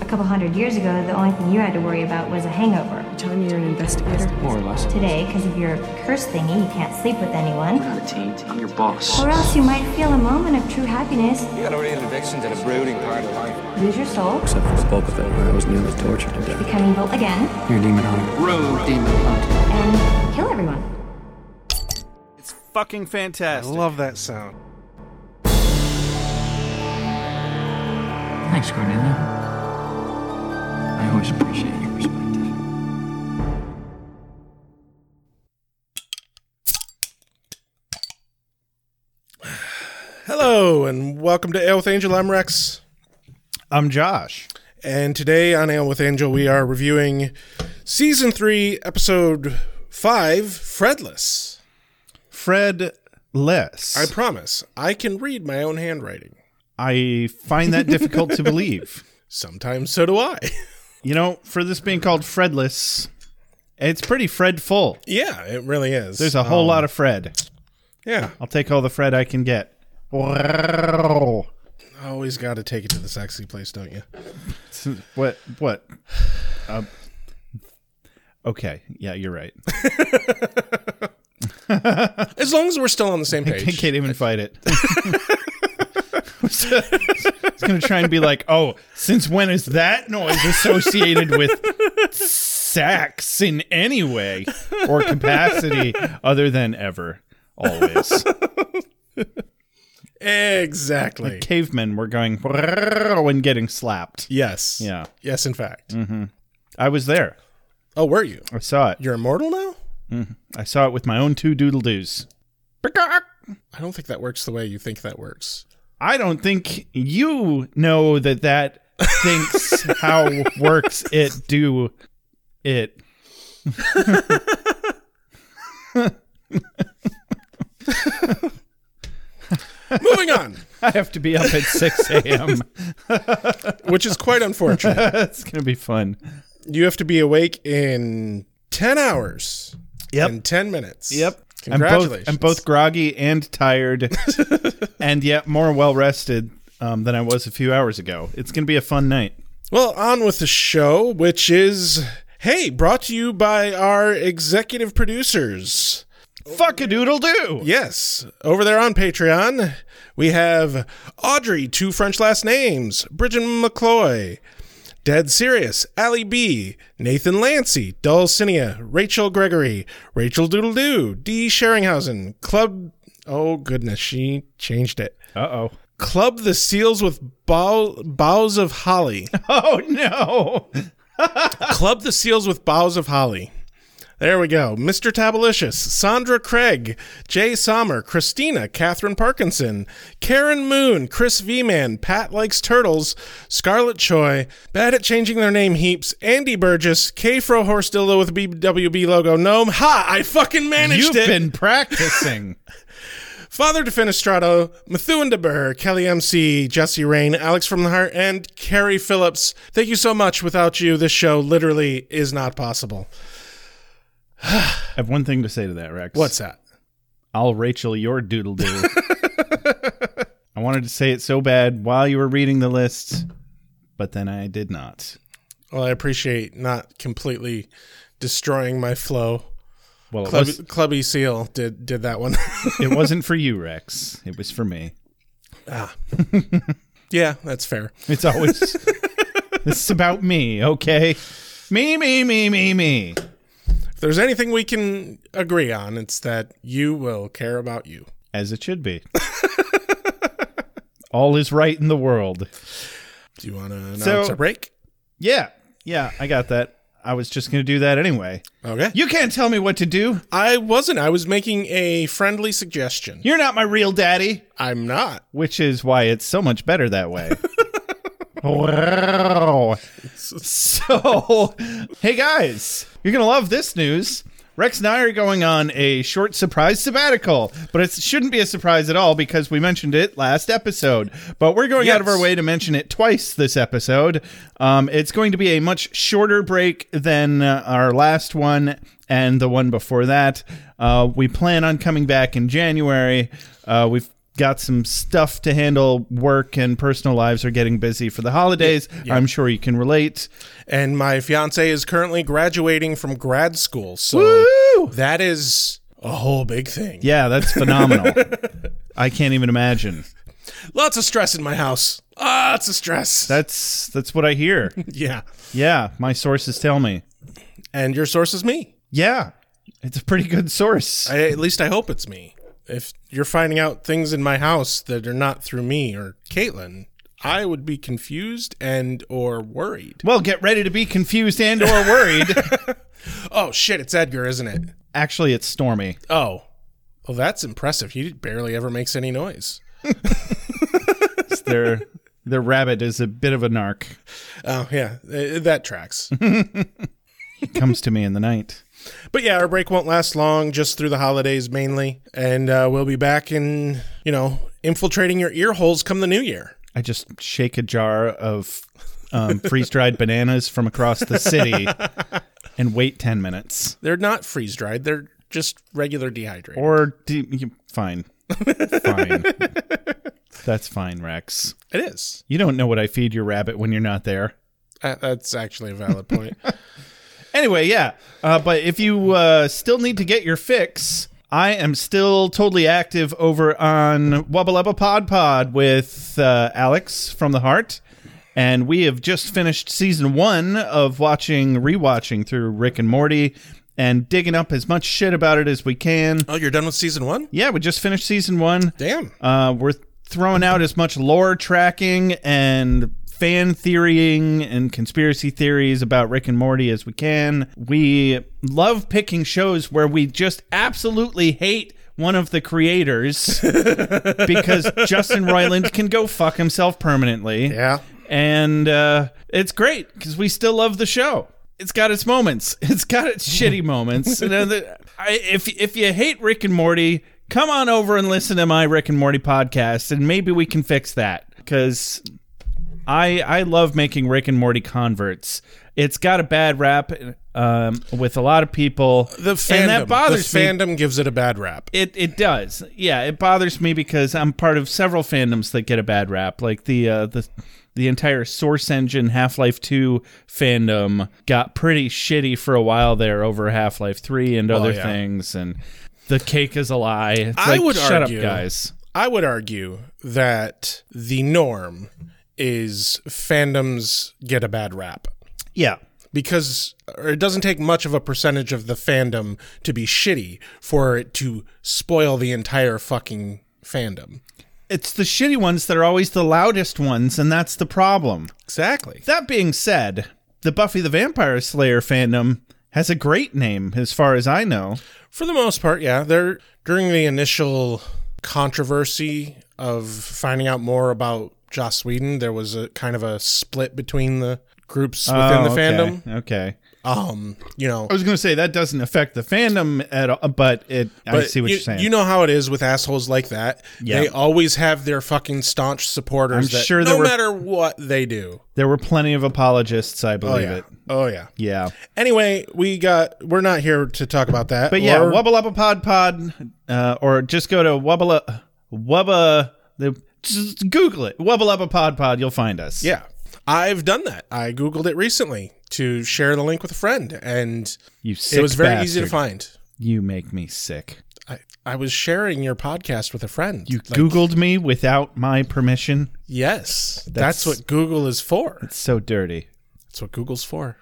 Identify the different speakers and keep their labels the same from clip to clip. Speaker 1: A couple hundred years ago, the only thing you had to worry about was a hangover.
Speaker 2: You telling me you're an investigator?
Speaker 3: More or less.
Speaker 1: Today, because of your curse thingy, you can't sleep with anyone.
Speaker 3: I'm a team. I'm your boss.
Speaker 1: Or else you might feel a moment of true happiness,
Speaker 4: You got a real addiction to the brooding part of life.
Speaker 1: lose your soul,
Speaker 5: Except for the bulk of it, where I was nearly tortured to death.
Speaker 1: become evil again,
Speaker 5: You're a demon hunter.
Speaker 3: Road demon hunter.
Speaker 1: and kill everyone.
Speaker 6: It's fucking
Speaker 7: I
Speaker 6: fantastic.
Speaker 7: love that sound.
Speaker 5: Thanks, Cornelia. I always appreciate your perspective.
Speaker 7: Hello, and welcome to Ale with Angel. I'm Rex.
Speaker 8: I'm Josh.
Speaker 7: And today on Ale with Angel, we are reviewing Season 3, Episode 5, Fredless.
Speaker 8: Fred Less.
Speaker 7: I promise, I can read my own handwriting.
Speaker 8: I find that difficult to believe.
Speaker 7: Sometimes so do I.
Speaker 8: You know, for this being called Fredless, it's pretty Fred full.
Speaker 7: yeah, it really is.
Speaker 8: There's a whole lot of Fred.
Speaker 7: Yeah,
Speaker 8: I'll take all the Fred I can get. What?
Speaker 7: always got to take it to the sexy place, don't you?
Speaker 8: What? Um, okay. Yeah, you're right.
Speaker 7: As long as we're still on the same
Speaker 8: I
Speaker 7: page.
Speaker 8: can't even fight it. I was going to try and be like, oh, since when is that noise associated with sex in any way or capacity other than ever? Always.
Speaker 7: Exactly.
Speaker 8: Cavemen were going when getting slapped.
Speaker 7: Yes.
Speaker 8: Yeah. Mm.
Speaker 7: Yes, in fact.
Speaker 8: I was there.
Speaker 7: Oh, were you?
Speaker 8: I saw it.
Speaker 7: You're immortal now?
Speaker 8: I saw it with my own two doodle doos.
Speaker 7: I don't think that works the way you think that works.
Speaker 8: I don't think you know that that thinks how works it do it.
Speaker 7: Moving on,
Speaker 8: I have to be up at 6 a.m.
Speaker 7: which is quite unfortunate.
Speaker 8: That's going to be fun.
Speaker 7: You have to be awake in 10 hours.
Speaker 8: Yep.
Speaker 7: And 10 minutes.
Speaker 8: I'm both,
Speaker 7: Congratulations.
Speaker 8: I'm both groggy and tired and yet more well rested um, than I was a few hours ago. It's going to be a fun night.
Speaker 7: Well, on with the show, which is, hey, brought to you by our executive producers.
Speaker 8: Fuck a doodle do.
Speaker 7: Yes, over there on Patreon, we have Audrey, two French last names, Bridget McCloy, Dead Serious, Ali B, Nathan Lancy, Dulcinea, Rachel Gregory, Rachel Doodle Doo, D. Sheringhausen, Club. Oh, goodness, she changed it.
Speaker 8: Uh oh.
Speaker 7: Club the Seals with bow, Boughs of Holly.
Speaker 8: Oh no.
Speaker 7: Club the Seals with Boughs of Holly. There we go. Mr. Tabalicious, Sandra Craig, Jay Sommer, Christina, Catherine Parkinson, Karen Moon, Chris V-Man, Pat Likes Turtles, Scarlett Choi, Bad at Changing Their Name Heaps, Andy Burgess, K. Fro Horse Dildo with BWB logo Gnome. Ha! I fucking managed
Speaker 8: You've
Speaker 7: it!
Speaker 8: been practicing.
Speaker 7: Father Defenestrato, Methuen DeBurr, Kelly MC, Jesse Rain, Alex from the Heart, and Carrie Phillips. Thank you so much. Without you, this show literally is not possible.
Speaker 8: I have one thing to say to that, Rex.
Speaker 7: What's that?
Speaker 8: I'll Rachel your doodle do. I wanted to say it so bad while you were reading the list, but then I did not.
Speaker 7: Well, I appreciate not completely destroying my flow.
Speaker 8: Well, it,
Speaker 7: Club,
Speaker 8: was,
Speaker 7: Clubby Seal did did that one.
Speaker 8: it wasn't for you, Rex. It was for me.
Speaker 7: yeah, that's fair.
Speaker 8: It's always this is about me, okay? Me, me, me, me, me.
Speaker 7: If there's anything we can agree on, it's that you will care about you.
Speaker 8: As it should be. All is right in the world.
Speaker 7: Do you want to announce
Speaker 8: So-
Speaker 7: a break?
Speaker 8: Yeah, yeah, I got that. I was just going to do that anyway.
Speaker 7: Okay.
Speaker 8: You can't tell me what to do.
Speaker 7: I wasn't. I was making a friendly suggestion.
Speaker 8: You're not my real daddy.
Speaker 7: I'm not.
Speaker 8: which is why it's so much better that way. Wow. so, hey guys, you're going to love this news. Rex and I are going on a short surprise sabbatical, but it shouldn't be a surprise at all because we mentioned it last episode. But we're going out of
Speaker 7: Yes.
Speaker 8: our way to mention it twice this episode. Um, it's going to be a much shorter break than uh, our last one and the one before that. Uh, we plan on coming back in January. Uh, we've got some stuff to handle. Work and personal lives are getting busy for the holidays. I'm sure you can relate.
Speaker 7: and my fiance is currently graduating from grad school. So
Speaker 8: Woo!
Speaker 7: that is a whole big thing.
Speaker 8: Yeah, that's phenomenal. I can't even imagine.
Speaker 7: Lots of stress in my house. Lots of stress.
Speaker 8: That's that's what I hear.
Speaker 7: yeah.
Speaker 8: Yeah, my sources tell me.
Speaker 7: And your source is me.
Speaker 8: Yeah, it's a pretty good source.
Speaker 7: I, at least I hope it's me. If you're finding out things in my house that are not through me or Caitlin, I would be confused and or worried.
Speaker 8: well, get ready to be confused and or worried.
Speaker 7: Oh shit, it's Edgar, isn't it?
Speaker 8: Actually, it's stormy.
Speaker 7: Oh. Well, that's impressive. He barely ever makes any noise.
Speaker 8: Their their rabbit is a bit of a narc.
Speaker 7: Oh, yeah. eh, That tracks.
Speaker 8: Comes to me in the night.
Speaker 7: But yeah, our break won't last long, just through the holidays mainly. And uh, we'll be back in, you know, infiltrating your ear holes come the new year.
Speaker 8: I just shake a jar of um, freeze dried bananas from across the city and wait ten minutes.
Speaker 7: They're not freeze dried, they're just regular dehydrated.
Speaker 8: Or do you, fine, fine. That's fine, Rex.
Speaker 7: it is.
Speaker 8: You don't know what I feed your rabbit when you're not there.
Speaker 7: Uh, that's actually a valid point.
Speaker 8: Anyway, yeah. Uh, but if you uh, still need to get your fix, I am still totally active over on Wubba Lubba Pod Pod with uh, Alex from the Heart. And we have just finished season one of watching, rewatching through Rick and Morty and digging up as much shit about it as we can.
Speaker 7: oh, you're done with season one?
Speaker 8: Yeah, we just finished season one.
Speaker 7: Damn.
Speaker 8: Uh, we're throwing out as much lore tracking and fan theorying and conspiracy theories about Rick and Morty as we can. We love picking shows where we just absolutely hate one of the creators because Justin Roiland can go fuck himself permanently.
Speaker 7: Yeah.
Speaker 8: And uh, it's great because we still love the show. It's got its moments. It's got its shitty moments. And then the- I, if if you hate Rick and Morty, come on over and listen to my Rick and Morty podcast, and maybe we can fix that. Because I I love making Rick and Morty converts. It's got a bad rap um, with a lot of people.
Speaker 7: The fandom.
Speaker 8: and that bothers
Speaker 7: the
Speaker 8: me
Speaker 7: fandom gives it a bad rap.
Speaker 8: it it does. Yeah, it bothers me because I'm part of several fandoms that get a bad rap. Like the uh, the the entire Source Engine Half Life Two fandom got pretty shitty for a while there over Half Life Three and other
Speaker 7: yeah.
Speaker 8: things. And the cake is a lie. It's
Speaker 7: I
Speaker 8: like,
Speaker 7: would
Speaker 8: shut
Speaker 7: argue-
Speaker 8: up, guys.
Speaker 7: I would argue that the norm is fandoms get a bad rap.
Speaker 8: Yeah.
Speaker 7: because or it doesn't take much of a percentage of the fandom to be shitty for it to spoil the entire fucking fandom.
Speaker 8: It's the shitty ones that are always the loudest ones, and that's the problem.
Speaker 7: Exactly.
Speaker 8: That being said, the Buffy the Vampire Slayer fandom has a great name, as far as I know.
Speaker 7: For the most part, yeah. They're during the initial controversy of finding out more about Joss Whedon, there was a kind of a split between the groups within the
Speaker 8: Oh,
Speaker 7: fandom.
Speaker 8: okay, Okay.
Speaker 7: Um, you know,
Speaker 8: I was going to say that doesn't affect the fandom at all, but it. I
Speaker 7: But
Speaker 8: see what
Speaker 7: you,
Speaker 8: are saying.
Speaker 7: You know how it is with assholes like that.
Speaker 8: Yeah.
Speaker 7: They always have their fucking staunch supporters.
Speaker 8: I'm
Speaker 7: that,
Speaker 8: sure there
Speaker 7: no
Speaker 8: were-
Speaker 7: matter what they do.
Speaker 8: there were plenty of apologists. I
Speaker 7: Oh
Speaker 8: believe
Speaker 7: yeah.
Speaker 8: it.
Speaker 7: Oh yeah.
Speaker 8: Yeah,
Speaker 7: Anyway, we got. We're not here to talk about that.
Speaker 8: but yeah,
Speaker 7: Or-
Speaker 8: wubble up a pod pod, uh, or just go to wubble wubba. The, just Google it. Wubble up a pod pod. You'll find us.
Speaker 7: yeah. I've done that. I googled it recently to share the link with a friend, and
Speaker 8: you. Sick
Speaker 7: it was very easy to
Speaker 8: bastard.
Speaker 7: find.
Speaker 8: You make me sick.
Speaker 7: I, I was sharing your podcast with a friend.
Speaker 8: You
Speaker 7: Like,
Speaker 8: Googled me without my permission.
Speaker 7: Yes,
Speaker 8: That's-
Speaker 7: that's what Google is for.
Speaker 8: It's so dirty.
Speaker 7: That's what Google's for.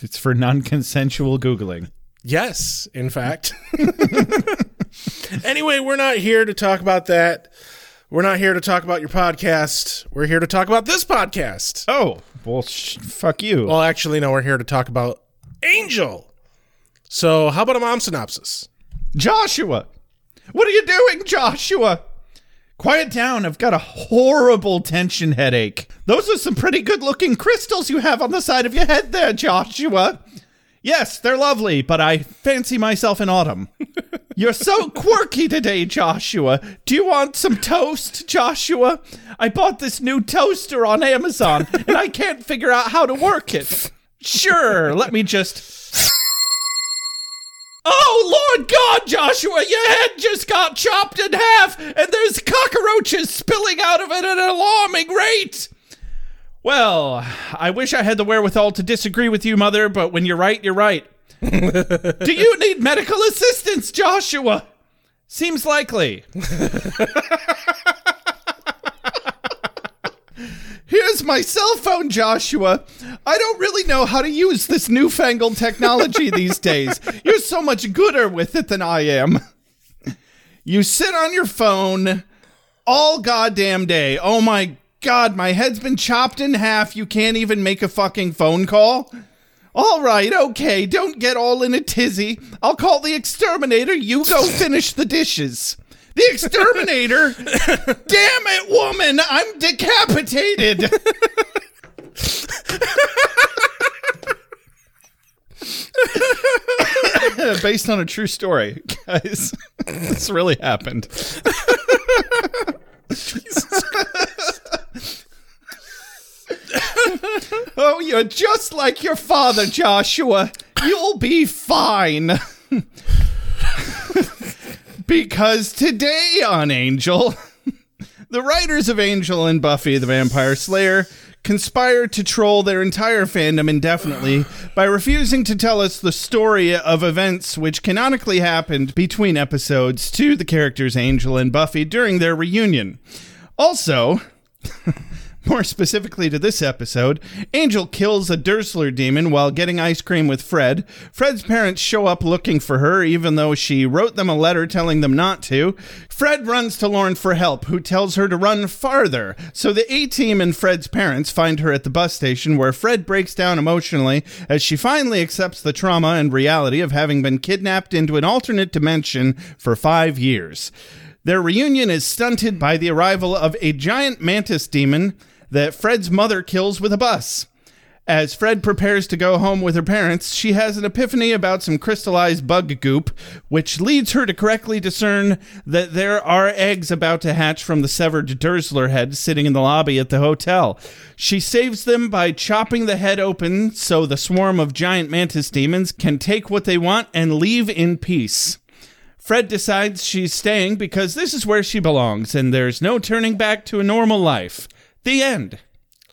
Speaker 8: It's for non-consensual googling.
Speaker 7: Yes, in fact. anyway, we're not here to talk about that. We're not here to talk about your podcast. We're here to talk about this podcast.
Speaker 8: Oh well, sh- fuck you.
Speaker 7: Well, actually, no, we're here to talk about Angel. So, how about a mom synopsis?
Speaker 8: Joshua, what are you doing, Joshua? Quiet down. I've got a horrible tension headache. Those are some pretty good looking crystals you have on the side of your head there, Joshua. Yes, they're lovely, but I fancy myself in autumn. You're so quirky today, Joshua. Do you want some toast, Joshua? I bought this new toaster on Amazon and I can't figure out how to work it. Sure, let me just
Speaker 2: Oh, Lord God, Joshua, your head just got chopped in half, and there's cockroaches spilling out of it at an alarming rate.
Speaker 8: Well, I wish I had the wherewithal to disagree with you, Mother, but when you're right, you're right. Do you need medical assistance, Joshua? Seems likely. Here's my cell phone, Joshua. I don't really know how to use this newfangled technology these days. You're so much gooder with it than I am. You sit on your phone all goddamn day. Oh my god, my head's been chopped in half. You can't even make a fucking phone call. All right, okay, don't get all in a tizzy. I'll call the exterminator. You go finish the dishes. The exterminator? Damn it, woman, I'm decapitated. Based on a true story, guys. this really happened. Oh, you're just like your father, Joshua. You'll be fine. because today on Angel, the writers of Angel and Buffy the Vampire Slayer conspired to troll their entire fandom indefinitely by refusing to tell us the story of events which canonically happened between episodes to the characters Angel and Buffy during their reunion. Also, more specifically to this episode, Angel kills a Dursler demon while getting ice cream with Fred. Fred's parents show up looking for her, even though she wrote them a letter telling them not to. Fred runs to Lauren for help, who tells her to run farther. So the A team and Fred's parents find her at the bus station, where Fred breaks down emotionally as she finally accepts the trauma and reality of having been kidnapped into an alternate dimension for five years. Their reunion is stunted by the arrival of a giant mantis demon that Fred's mother kills with a bus. As Fred prepares to go home with her parents, she has an epiphany about some crystallized bug goop, which leads her to correctly discern that there are eggs about to hatch from the severed Dursler head sitting in the lobby at the hotel. She saves them by chopping the head open so the swarm of giant mantis demons can take what they want and leave in peace. Fred decides she's staying because this is where she belongs and there's no turning back to a normal life. The end.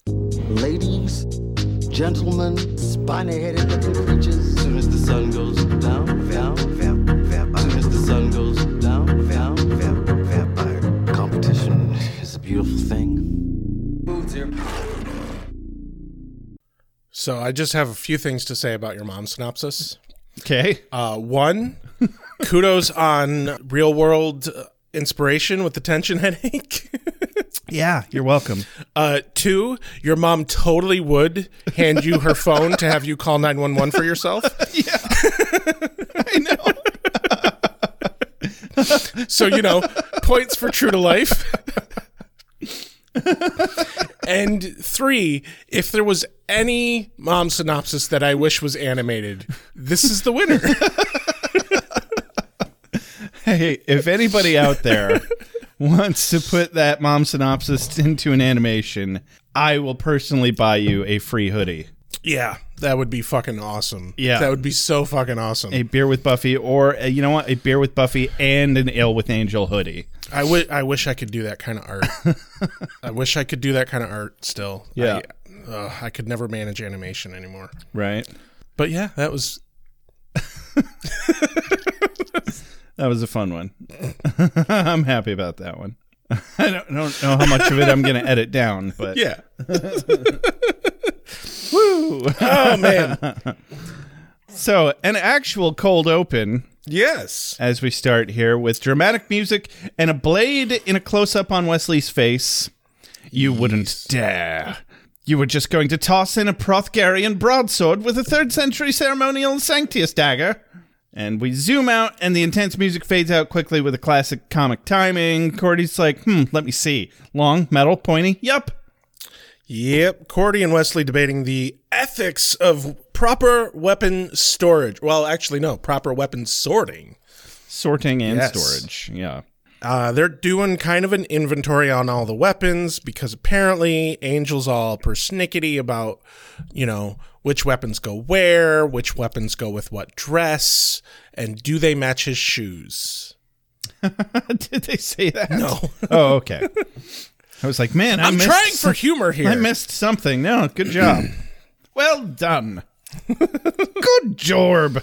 Speaker 9: Ladies, gentlemen, spiny headed looking creatures. Soon as the sun goes down, down, vamp, vampire. Soon as the sun goes down, down, vamp, vampire. Competition is a beautiful thing.
Speaker 7: So I just have a few things to say about your mom synopsis.
Speaker 8: Okay.
Speaker 7: Uh, one, kudos on real world uh, inspiration with the tension headache.
Speaker 8: Yeah, you're welcome.
Speaker 7: Uh, two, your mom totally would hand you her phone to have you call 911 for yourself.
Speaker 8: I know.
Speaker 7: So, you know, points for true to life. and three, if there was any mom synopsis that I wish was animated, this is the winner.
Speaker 8: Hey, if anybody out there wants to put that mom synopsis into an animation, I will personally buy you a free hoodie,
Speaker 7: yeah, that would be fucking awesome.
Speaker 8: Yeah.
Speaker 7: That would be so fucking awesome.
Speaker 8: a beer with Buffy, or uh you know what, a beer with Buffy and an ale with Angel hoodie.
Speaker 7: I wi- I wish I could do that kind of art. I wish I could do that kind of art still.
Speaker 8: Yeah.
Speaker 7: I, ugh, I could never manage animation anymore.
Speaker 8: Right.
Speaker 7: But yeah, that was
Speaker 8: That was a fun one. I'm happy about that one. I don't, don't know how much of it I'm going to edit down, but
Speaker 7: yeah. Oh man.
Speaker 8: So, an actual cold open
Speaker 7: Yes.
Speaker 8: as we start here with dramatic music and a blade in a close up on Wesley's face. You wouldn't dare. You were just going to toss in a Prothgarian broadsword with a third century ceremonial Sanctius dagger. And we zoom out, and the intense music fades out quickly with a classic comic timing. Cordy's like, hmm, let me see. Long, metal, pointy. Yup.
Speaker 7: Yep. Cordy and Wesley debating the ethics of proper weapon storage. Well, actually no, proper weapon sorting.
Speaker 8: Sorting and
Speaker 7: Yes.
Speaker 8: storage. Yeah.
Speaker 7: Uh, they're doing kind of an inventory on all the weapons because apparently Angel's all persnickety about, you know, which weapons go where, which weapons go with what dress, and do they match his shoes?
Speaker 8: Did they say that?
Speaker 7: No.
Speaker 8: Oh, okay. I was like, man, I
Speaker 7: I'm
Speaker 8: missed
Speaker 7: trying for
Speaker 8: some-
Speaker 7: humor here.
Speaker 8: I missed something. No, good job. well done. good job.
Speaker 7: No,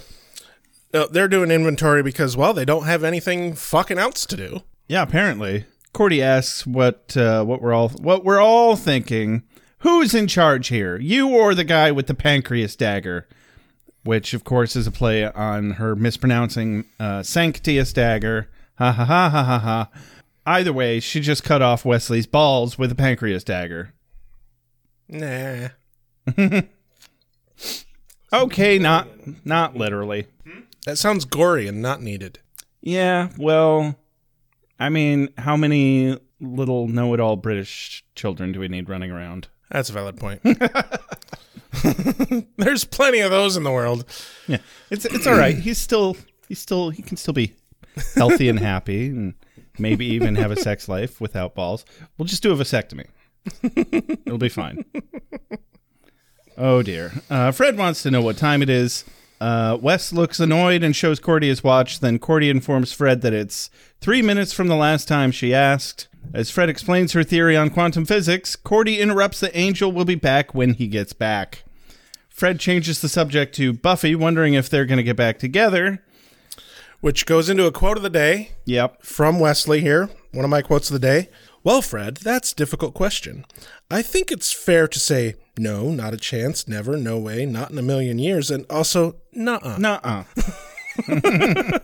Speaker 7: Uh, they're doing inventory because, well, they don't have anything fucking else to do.
Speaker 8: Yeah, apparently. Cordy asks what uh, what we're all what we're all thinking. Who's in charge here? You or the guy with the pancreas dagger? Which of course is a play on her mispronouncing uh, sanctius dagger. Ha ha ha ha ha ha. Either way, she just cut off Wesley's balls with a pancreas dagger.
Speaker 7: Nah.
Speaker 8: Okay, not not literally.
Speaker 7: That sounds gory and not needed.
Speaker 8: Yeah, well, I mean, how many little know-it-all British children do we need running around?
Speaker 7: That's a valid point. There's plenty of those in the world.
Speaker 8: Yeah, it's it's all right. He's still he's still he can still be healthy and happy, and maybe even have a sex life without balls. We'll just do a vasectomy. It'll be fine. Oh dear. Uh, Fred wants to know what time it is. Uh, Wes looks annoyed and shows Cordy his watch. Then Cordy informs Fred that it's three minutes from the last time she asked. As Fred explains her theory on quantum physics, Cordy interrupts that Angel will be back when he gets back. Fred changes the subject to Buffy, wondering if they're going to get back together.
Speaker 7: Which goes into a quote of the day
Speaker 8: Yep.
Speaker 7: from Wesley here, one of my quotes of the day. Well, Fred, that's a difficult question. I think it's fair to say no, not a chance, never, no way, not in a million years, and also nuh-uh.
Speaker 8: Nuh uh.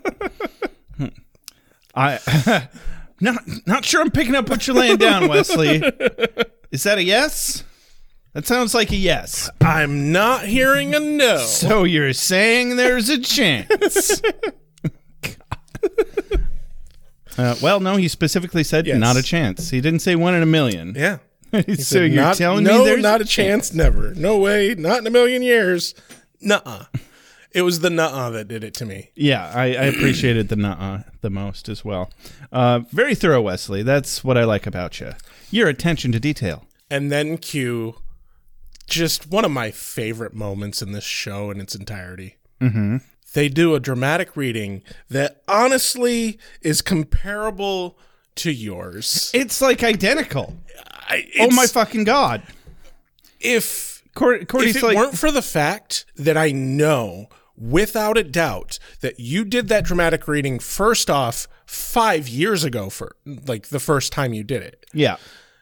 Speaker 8: I. Not, not sure I'm picking up what you're laying down, Wesley. Is that a yes? That sounds like a yes.
Speaker 7: I'm not hearing a no.
Speaker 8: So you're saying there's a chance. Uh, well, no, he specifically said
Speaker 7: Yes.
Speaker 8: not a chance. He didn't say one in a million.
Speaker 7: yeah.
Speaker 8: so
Speaker 7: Said
Speaker 8: you're
Speaker 7: not-
Speaker 8: telling
Speaker 7: no,
Speaker 8: me there's
Speaker 7: not a chance, never. No way, not in a million years. Nuh-uh. It was the nuh-uh that did it to me.
Speaker 8: Yeah, I, I appreciated the nuh the most as well. Uh, very thorough, Wesley. That's what I like about you. Your attention to detail.
Speaker 7: and then cue just one of my favorite moments in this show in its entirety. Mm-hmm. They do a dramatic reading that honestly is comparable to yours.
Speaker 8: It's like identical.
Speaker 7: I,
Speaker 8: oh my
Speaker 7: it's-
Speaker 8: fucking god!
Speaker 7: If
Speaker 8: Cor- Cordy's
Speaker 7: if it
Speaker 8: like,
Speaker 7: weren't for the fact that I know without a doubt that you did that dramatic reading first off five years ago for like the first time you did it.
Speaker 8: yeah,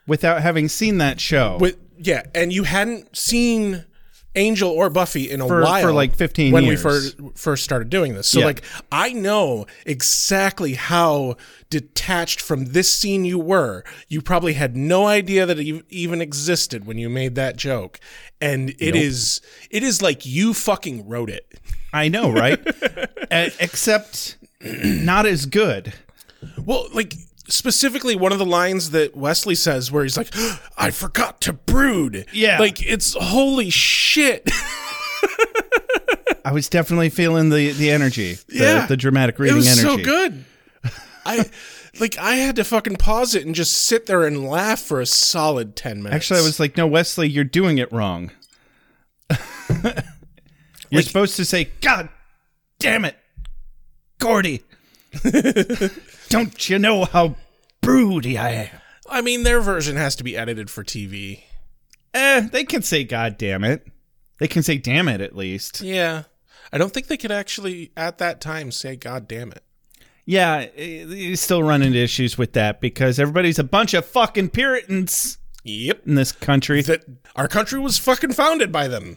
Speaker 8: without having seen that show.
Speaker 7: With yeah, and you hadn't seen Angel or Buffy in a
Speaker 8: For-
Speaker 7: while
Speaker 8: for, like, 15
Speaker 7: when we
Speaker 8: years.
Speaker 7: first first started doing this. So
Speaker 8: Yeah.
Speaker 7: like I know exactly how detached from this scene you were. You probably had no idea that it ev- even existed when you made that joke, and it is it is like you fucking wrote it.
Speaker 8: I know, right? E- except not as good.
Speaker 7: Well, like specifically one of the lines that Wesley says where he's like, "I forgot to brood."
Speaker 8: Yeah.
Speaker 7: like it's holy shit.
Speaker 8: I was definitely feeling the the energy, the, the dramatic reading
Speaker 7: it was so
Speaker 8: energy.
Speaker 7: good. I like I had to fucking pause it and just sit there and laugh for a solid ten minutes.
Speaker 8: Actually, I was like, no, Wesley, you're doing it wrong. you're supposed to say, God damn it, Gordy. Don't you know how broody I am?
Speaker 7: I mean, their version has to be edited for TV.
Speaker 8: Eh, they can say, God damn it. They can say, damn it, at least.
Speaker 7: Yeah, I don't think they could actually at that time say "God damn it."
Speaker 8: Yeah, eh, you still run into issues with that because everybody's a bunch of fucking Puritans
Speaker 7: Yep,
Speaker 8: in this country.
Speaker 7: that our country was fucking founded by them.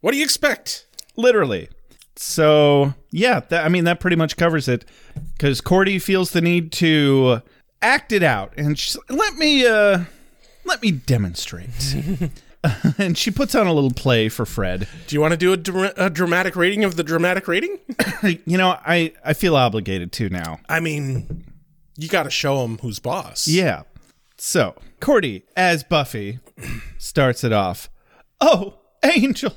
Speaker 7: What do you expect?
Speaker 8: literally. So yeah, that, I mean that pretty much covers it because Cordy feels the need to act it out, and she's, let me uh, let me demonstrate. and she puts on a little play for Fred.
Speaker 7: Do you want to do a, dra- a dramatic rating of the dramatic rating?
Speaker 8: You know, I I feel obligated to now.
Speaker 7: I mean, you got to show them who's boss.
Speaker 8: Yeah. So Cordy as Buffy starts it off. Oh, Angel.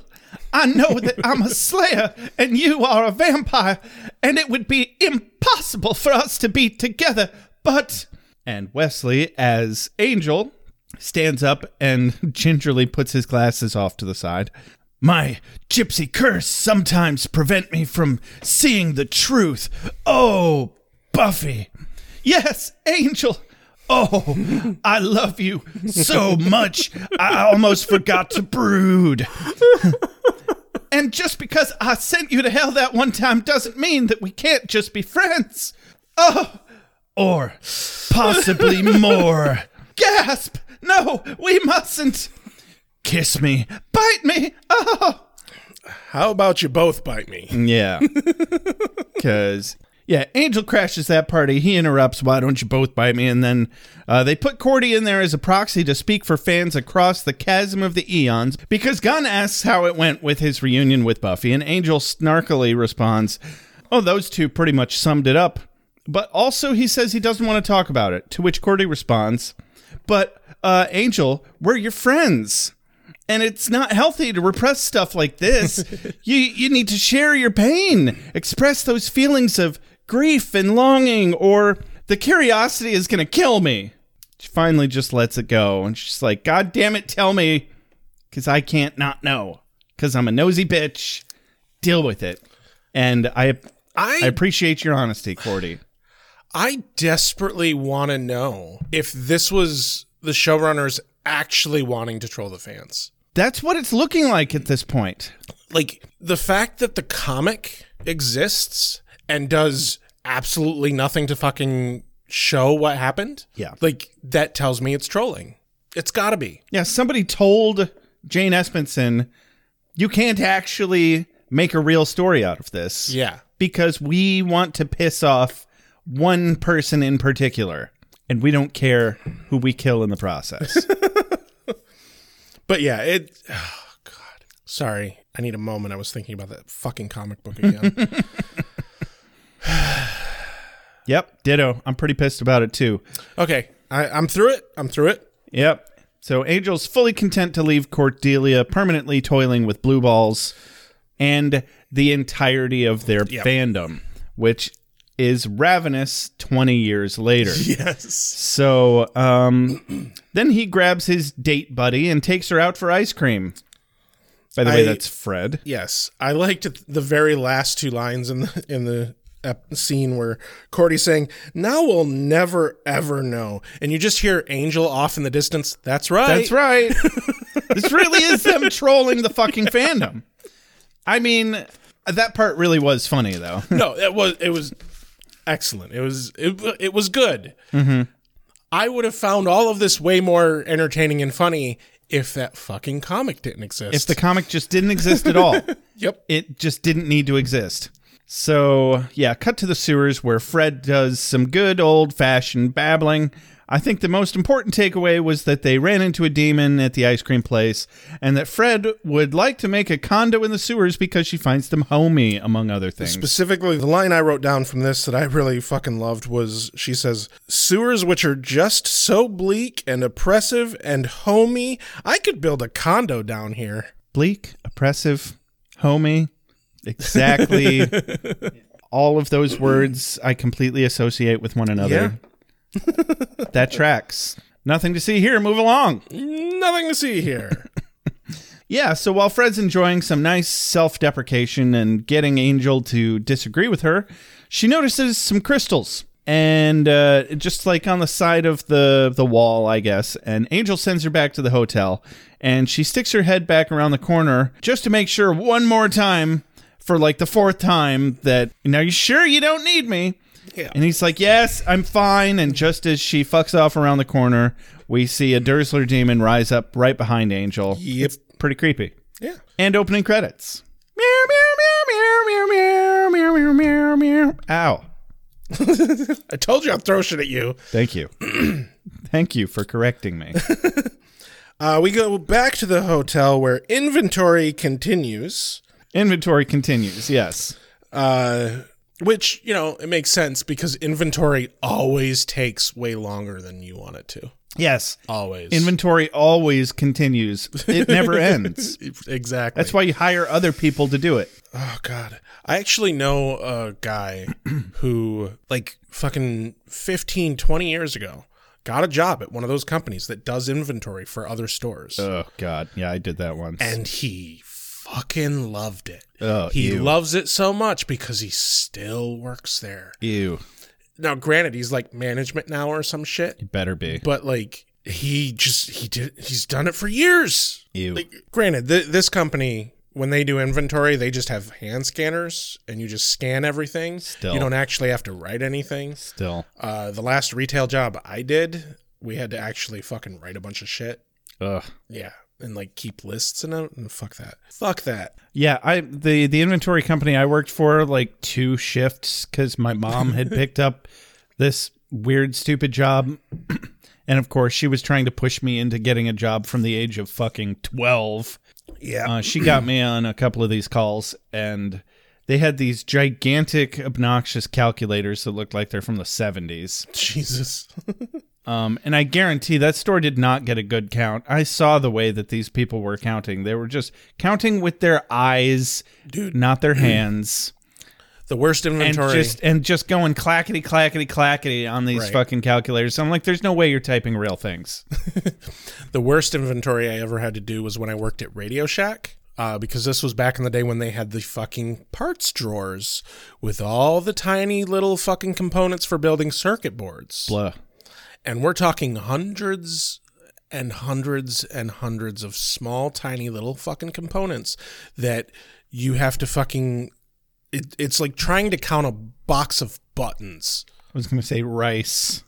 Speaker 8: I know that I'm a slayer and you are a vampire, and it would be impossible for us to be together, But, and Wesley, as Angel, stands up and gingerly puts his glasses off to the side. My gypsy curse sometimes prevent me from seeing the truth. Oh, Buffy. Yes, Angel. Oh, I love you so much. I almost forgot to brood. And just because I sent you to hell that one time doesn't mean that we can't just be friends. Oh, or possibly more. Gasp! No, we mustn't. Kiss me, bite me. Oh,
Speaker 7: How about you both bite me?
Speaker 8: yeah. Because yeah, Angel crashes that party. He interrupts. Why don't you both bite me? And then uh, they put Cordy in there as a proxy to speak for fans across the chasm of the eons. Because Gunn asks how it went with his reunion with Buffy, and Angel snarkily responds, "Oh, those two pretty much summed it up." But also, he says he doesn't want to talk about it. To which Cordy responds, "But uh, Angel, we're your friends." and it's not healthy to repress stuff like this. you you need to share your pain, express those feelings of grief and longing, or the curiosity is gonna kill me. She finally just lets it go, and she's like, "God damn it, tell me, because I can't not know, because I'm a nosy bitch. Deal with it." And I I
Speaker 7: I
Speaker 8: appreciate your honesty, Cordy.
Speaker 7: I desperately want to know if this was the showrunners actually wanting to troll the fans.
Speaker 8: That's what it's looking like at this point.
Speaker 7: like the fact that the comic exists and does absolutely nothing to fucking show what happened.
Speaker 8: Yeah.
Speaker 7: Like that tells me it's trolling. It's got to be.
Speaker 8: Yeah, somebody told Jane Espenson, you can't actually make a real story out of this.
Speaker 7: Yeah.
Speaker 8: Because we want to piss off one person in particular, and we don't care who we kill in the process.
Speaker 7: But yeah, it oh god. Sorry. I need a moment. I was thinking about that fucking comic book again.
Speaker 8: yep, ditto. I'm pretty pissed about it too.
Speaker 7: okay. I, I'm through it. I'm through it.
Speaker 8: Yep. So Angel's fully content to leave Cordelia permanently toiling with blue balls and the entirety of their fandom, which is ravenous 20 years later.
Speaker 7: Yes.
Speaker 8: So um, then he grabs his date buddy and takes her out for ice cream. By the
Speaker 7: I-
Speaker 8: way, that's Fred.
Speaker 7: Yes. I liked the very last two lines in the in the ep- scene where Cordy's saying, "Now we'll never ever know." And you just hear Angel off in the distance. That's right.
Speaker 8: That's right. this really is them trolling the fucking fandom. I mean, that part really was funny though.
Speaker 7: no, it was it was excellent. It was it, it was good.
Speaker 8: Mm-hmm.
Speaker 7: I would have found all of this way more entertaining and funny if that fucking comic didn't exist.
Speaker 8: if the comic just didn't exist at all.
Speaker 7: yep,
Speaker 8: it just didn't need to exist. So, yeah, cut to the sewers where Fred does some good old fashioned babbling. I think the most important takeaway was that they ran into a demon at the ice cream place and that Fred would like to make a condo in the sewers because she finds them homey, among other things.
Speaker 7: specifically the line I wrote down from this that I really fucking loved was she says sewers which are just so bleak and oppressive and homey. I could build a condo down here.
Speaker 8: Bleak, oppressive, homey. Exactly. All of those words I completely associate with one another. that tracks. Nothing to see here. Move along.
Speaker 7: Nothing to see here.
Speaker 8: Yeah, so while Fred's enjoying some nice self deprecation and getting Angel to disagree with her, she notices some crystals. And uh, just like on the side of the, the wall, I guess. And Angel sends her back to the hotel. And she sticks her head back around the corner just to make sure one more time, for like the fourth time, that, now you sure you don't need me? And he's like, Yes, I'm fine. And just as she fucks off around the corner, we see a Dursler demon rise up right behind Angel.
Speaker 7: Yep.
Speaker 8: It's pretty creepy.
Speaker 7: Yeah.
Speaker 8: And opening credits. Meow, meow, meow, meow, meow, meow, meow, meow, meow. Ow.
Speaker 7: I told you I'd throw shit at you.
Speaker 8: Thank you. Thank you for correcting me.
Speaker 7: Uh, we go back to the hotel where inventory continues.
Speaker 8: Inventory continues. Yes.
Speaker 7: uh, which you know it makes sense because inventory always takes way longer than you want it to.
Speaker 8: Yes.
Speaker 7: Always
Speaker 8: Inventory always continues, it never ends.
Speaker 7: exactly.
Speaker 8: That's why you hire other people to do it.
Speaker 7: Oh God, I actually know a guy who, like, fucking 15, 20 years ago, got a job at one of those companies that does inventory for other stores,
Speaker 8: Oh God, yeah, I did that once.
Speaker 7: and he fucking loved it.
Speaker 8: Oh,
Speaker 7: he
Speaker 8: ew.
Speaker 7: loves it so much because he still works there.
Speaker 8: Ew,
Speaker 7: Now, granted, he's like management now or some shit,
Speaker 8: it better be.
Speaker 7: but like he just he did he's done it for years.
Speaker 8: Ew.
Speaker 7: Like, granted, th- this company when they do inventory, they just have hand scanners and you just scan everything.
Speaker 8: Still.
Speaker 7: You don't actually have to write anything.
Speaker 8: Still,
Speaker 7: Uh, the last retail job I did, we had to actually fucking write a bunch of shit.
Speaker 8: ugh.
Speaker 7: Yeah, and like keep lists and, out- and fuck that. Fuck that.
Speaker 8: Yeah, I the the inventory company I worked for like two shifts because my mom had picked up this weird stupid job, and of course she was trying to push me into getting a job from the age of fucking twelve.
Speaker 7: Yeah.
Speaker 8: Uh, she got me on a couple of these calls, and they had these gigantic, obnoxious calculators that looked like they're from the seventies.
Speaker 7: Jesus.
Speaker 8: Um, and I guarantee that store did not get a good count. I saw the way that these people were counting. They were just counting with their eyes,
Speaker 7: Dude.
Speaker 8: not their hands,
Speaker 7: the worst
Speaker 8: and
Speaker 7: inventory.
Speaker 8: just and just going clackety clackety clackety on these
Speaker 7: Right.
Speaker 8: fucking calculators. I'm like, there's no way you're typing real things.
Speaker 7: The worst inventory I ever had to do was when I worked at Radio Shack. Uh, because this was back in the day when they had the fucking parts drawers with all the tiny little fucking components for building circuit boards.
Speaker 8: Blah.
Speaker 7: And we're talking hundreds and hundreds and hundreds of small, tiny little fucking components that you have to fucking. It, it's like trying to count a box of buttons.
Speaker 8: I was gonna say rice.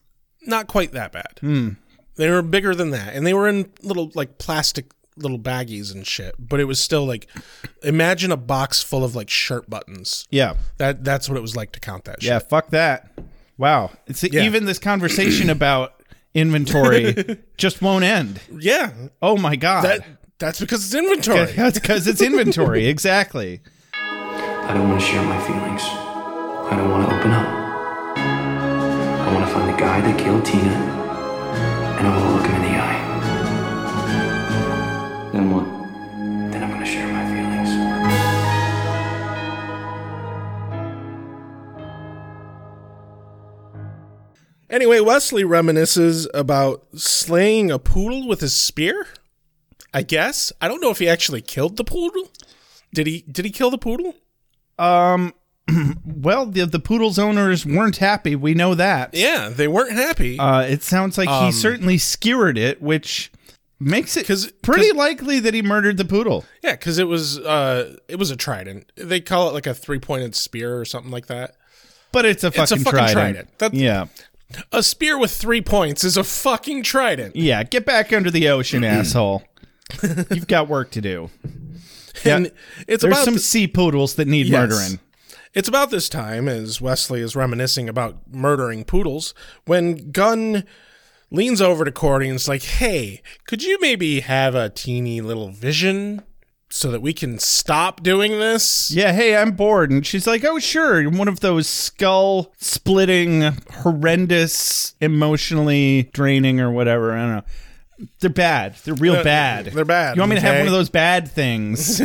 Speaker 7: Not quite that bad.
Speaker 8: Hmm.
Speaker 7: They were bigger than that, and they were in little like plastic little baggies and shit. But it was still like, imagine a box full of like shirt buttons.
Speaker 8: Yeah.
Speaker 7: That that's what it was like to count that.
Speaker 8: Yeah,
Speaker 7: shit.
Speaker 8: fuck that. Wow. It's
Speaker 7: Yeah.
Speaker 8: even this conversation about inventory just won't end.
Speaker 7: yeah.
Speaker 8: Oh my god.
Speaker 7: That that's because it's inventory.
Speaker 8: That's because it's inventory. exactly.
Speaker 5: I don't want to share my feelings. I don't want to open up. I want to find the guy that killed Tina, and I want to look him in the eye.
Speaker 3: Then what?
Speaker 5: Then I'm going to share my feelings.
Speaker 7: Anyway, Wesley reminisces about slaying a poodle with his spear. I guess I don't know if he actually killed the poodle. Did he? Did he kill the poodle?
Speaker 8: Um, well, the the poodle's owners weren't happy. We know that.
Speaker 7: Yeah, they weren't happy.
Speaker 8: Uh, it sounds like he
Speaker 7: Um,
Speaker 8: certainly skewered it, which makes it
Speaker 7: 'Cause-
Speaker 8: pretty
Speaker 7: 'cause-
Speaker 8: likely that he murdered the poodle.
Speaker 7: Yeah, because it was uh, it was a trident. They call it like a three pointed spear or something like that.
Speaker 8: But it's a fucking,
Speaker 7: It's a fucking trident. That's-
Speaker 8: yeah,
Speaker 7: A spear with three points is a fucking trident.
Speaker 8: yeah. Get back under the ocean, asshole. You've got work to do.
Speaker 7: And it's
Speaker 8: There's
Speaker 7: about
Speaker 8: some
Speaker 7: th-
Speaker 8: sea poodles that need
Speaker 7: Yes.
Speaker 8: murdering.
Speaker 7: It's about this time as Wesley is reminiscing about murdering poodles when Gunn leans over to Cordy and is like, "Hey, could you maybe have a teeny little vision so that we can stop doing this?"
Speaker 8: Yeah, hey, I'm bored. And she's like, oh, sure. One of those skull splitting, horrendous, emotionally draining or whatever. I don't know. They're bad. They're real bad.
Speaker 7: they're bad,
Speaker 8: You want me to have
Speaker 7: okay?
Speaker 8: one of those bad things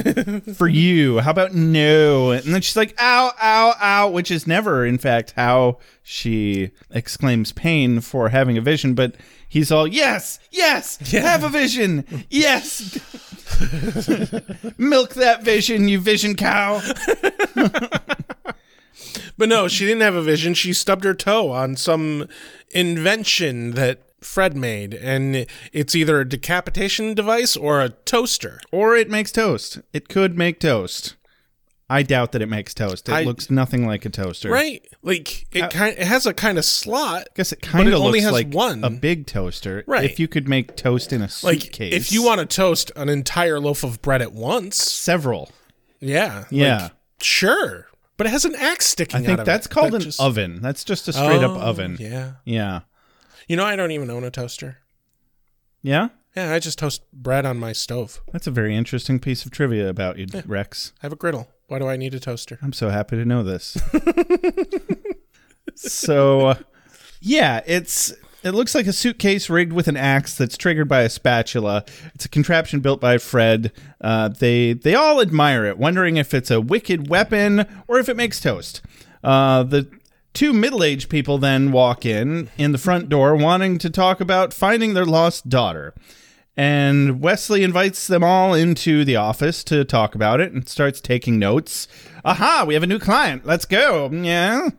Speaker 8: for you? How about no? And then she's like, ow, ow, ow, which is never, in fact, how she exclaims pain for having a vision. But he's all, yes, yes, have a vision. Yes. Milk that vision, you vision cow.
Speaker 7: But no, she didn't have a vision. She stubbed her toe on some invention that Fred made, and it's either a decapitation device or a toaster.
Speaker 8: or it makes toast. It could make toast. I doubt that it makes toast. It
Speaker 7: I-
Speaker 8: looks nothing like a toaster.
Speaker 7: Right? Like it kind it has a kind of slot.
Speaker 8: Uh, I guess it kind
Speaker 7: it
Speaker 8: of looks
Speaker 7: only has
Speaker 8: like
Speaker 7: one.
Speaker 8: a big toaster.
Speaker 7: Right.
Speaker 8: If you could make toast in a
Speaker 7: Like
Speaker 8: suitcase,
Speaker 7: if you want to toast an entire loaf of bread at once,
Speaker 8: several.
Speaker 7: yeah,
Speaker 8: Yeah.
Speaker 7: like, sure. But it has an axe
Speaker 8: I
Speaker 7: sticking. out
Speaker 8: think
Speaker 7: of
Speaker 8: that's
Speaker 7: it.
Speaker 8: called
Speaker 7: That
Speaker 8: an
Speaker 7: just-
Speaker 8: oven. That's just a straight up
Speaker 7: Oh,
Speaker 8: oven.
Speaker 7: Yeah,
Speaker 8: Yeah.
Speaker 7: you know I don't even own a toaster.
Speaker 8: Yeah?
Speaker 7: Yeah, I just toast bread on my stove.
Speaker 8: That's a very interesting piece of trivia about you, Rex.
Speaker 7: I have a griddle. Why do I need a toaster?
Speaker 8: I'm so happy to know this. so, uh, yeah, it's It looks like a suitcase rigged with an axe that's triggered by a spatula. It's a contraption built by Fred. Uh, they they all admire it, wondering if it's a wicked weapon or if it makes toast. Uh, the two middle-aged people then walk in in the front door, wanting to talk about finding their lost daughter. And Wesley invites them all into the office to talk about it and starts taking notes. Aha, we have a new client. Let's go. Yeah.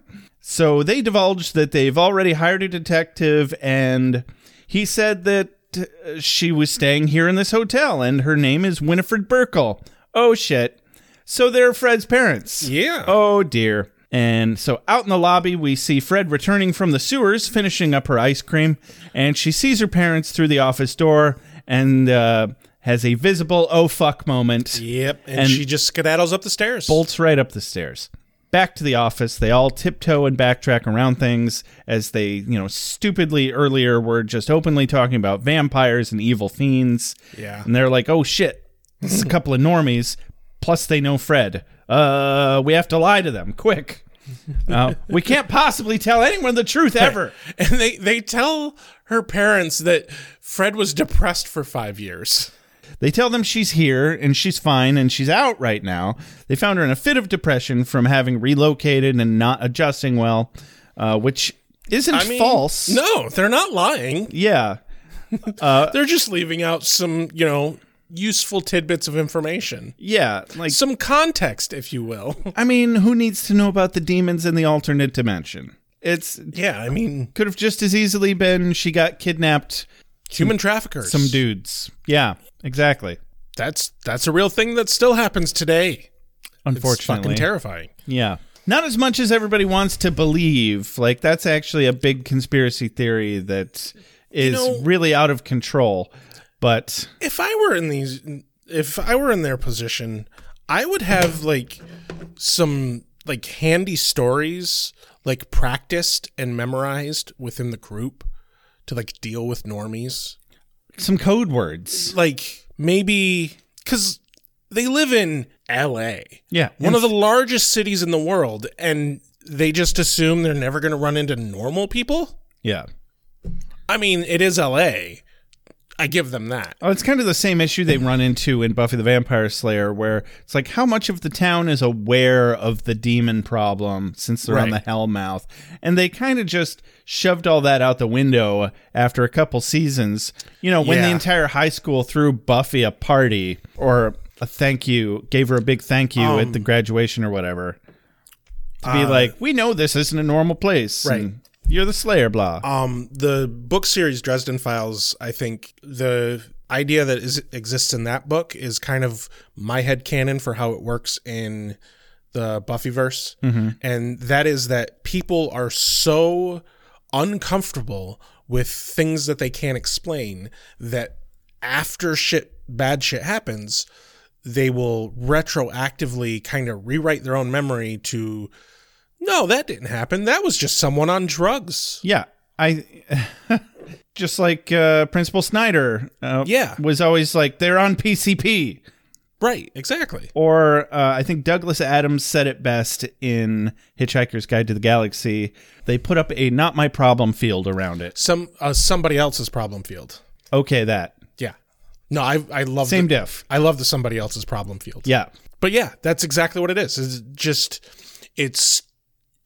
Speaker 8: So they divulged that they've already hired a detective, and he said that uh, she was staying here in this hotel, and her name is Winifred Burkle. Oh, shit. So they're Fred's parents.
Speaker 7: Yeah.
Speaker 8: Oh, dear. And so out in the lobby, we see Fred returning from the sewers, finishing up her ice cream, and she sees her parents through the office door and uh, has a visible oh fuck moment.
Speaker 7: Yep. And,
Speaker 8: And-
Speaker 7: she just skedaddles up the stairs.
Speaker 8: bolts right up the stairs. Back to the office, they all tiptoe and backtrack around things as they, you know, stupidly earlier were just openly talking about vampires and evil fiends.
Speaker 7: Yeah.
Speaker 8: And they're like, oh shit, this is a couple of normies. Plus, they know Fred. Uh, we have to lie to them, quick. Uh, we can't possibly tell anyone the truth ever.
Speaker 7: And they, they tell her parents that Fred was depressed for five years.
Speaker 8: They tell them she's here and she's fine and she's out right now. They found her in a fit of depression from having relocated and not adjusting well, uh, which isn't
Speaker 7: I mean,
Speaker 8: false.
Speaker 7: No, they're not lying.
Speaker 8: Yeah.
Speaker 7: They're just leaving out some, you know, useful tidbits of information.
Speaker 8: Yeah. Like,
Speaker 7: Some context, if you will.
Speaker 8: I mean, who needs to know about the demons in the alternate dimension? It's
Speaker 7: Yeah, I mean,
Speaker 8: could have just as easily been she got kidnapped
Speaker 7: human traffickers.
Speaker 8: some dudes. Yeah, exactly.
Speaker 7: That's that's a real thing that still happens today. It's
Speaker 8: Unfortunately.
Speaker 7: fucking terrifying.
Speaker 8: Yeah. Not as much as everybody wants to believe. Like that's actually a big conspiracy theory that is
Speaker 7: know-
Speaker 8: really out of control. But
Speaker 7: if I were in these, if I were in their position, I would have like some like handy stories like practiced and memorized within the group to like deal with normies.
Speaker 8: some code words.
Speaker 7: Like maybe because they live in L.A.
Speaker 8: Yeah.
Speaker 7: one of the largest cities in the world, and they just assume they're never going to run into normal people.
Speaker 8: Yeah.
Speaker 7: I mean, it is L.A. I give them that.
Speaker 8: Oh, it's kind of the same issue they run into in Buffy the Vampire Slayer, where it's like how much of the town is aware of the demon problem since they're on the
Speaker 7: Right.
Speaker 8: Hellmouth, and they kind of just shoved all that out the window after a couple seasons. You know, when the
Speaker 7: Yeah.
Speaker 8: entire high school threw Buffy a party or a thank you, gave her a big thank you at the
Speaker 7: Um,
Speaker 8: graduation or whatever, to be like, we know this isn't a normal place,
Speaker 7: uh, Right.
Speaker 8: and You're the Slayer, blah.
Speaker 7: um the book series Dresden Files I think the idea that is exists in that book is kind of my head canon for how it works in the Buffyverse and that is that people are so uncomfortable with things that they can't explain that after shit bad shit happens they will retroactively kind of rewrite their own memory to no that didn't happen that was just someone on drugs
Speaker 8: Yeah, I just like uh, Principal Snyder. Uh,
Speaker 7: Yeah.
Speaker 8: was always like they're on PCP.
Speaker 7: Right, exactly.
Speaker 8: Or uh, I think Douglas Adams said it best in Hitchhiker's Guide to the Galaxy. They put up a "not my problem" field around it.
Speaker 7: Some uh, somebody else's problem field.
Speaker 8: Okay, that
Speaker 7: Yeah. No, I I love
Speaker 8: same
Speaker 7: the,
Speaker 8: diff.
Speaker 7: I love the somebody else's problem field.
Speaker 8: Yeah,
Speaker 7: But yeah, that's exactly what it is. It's just it's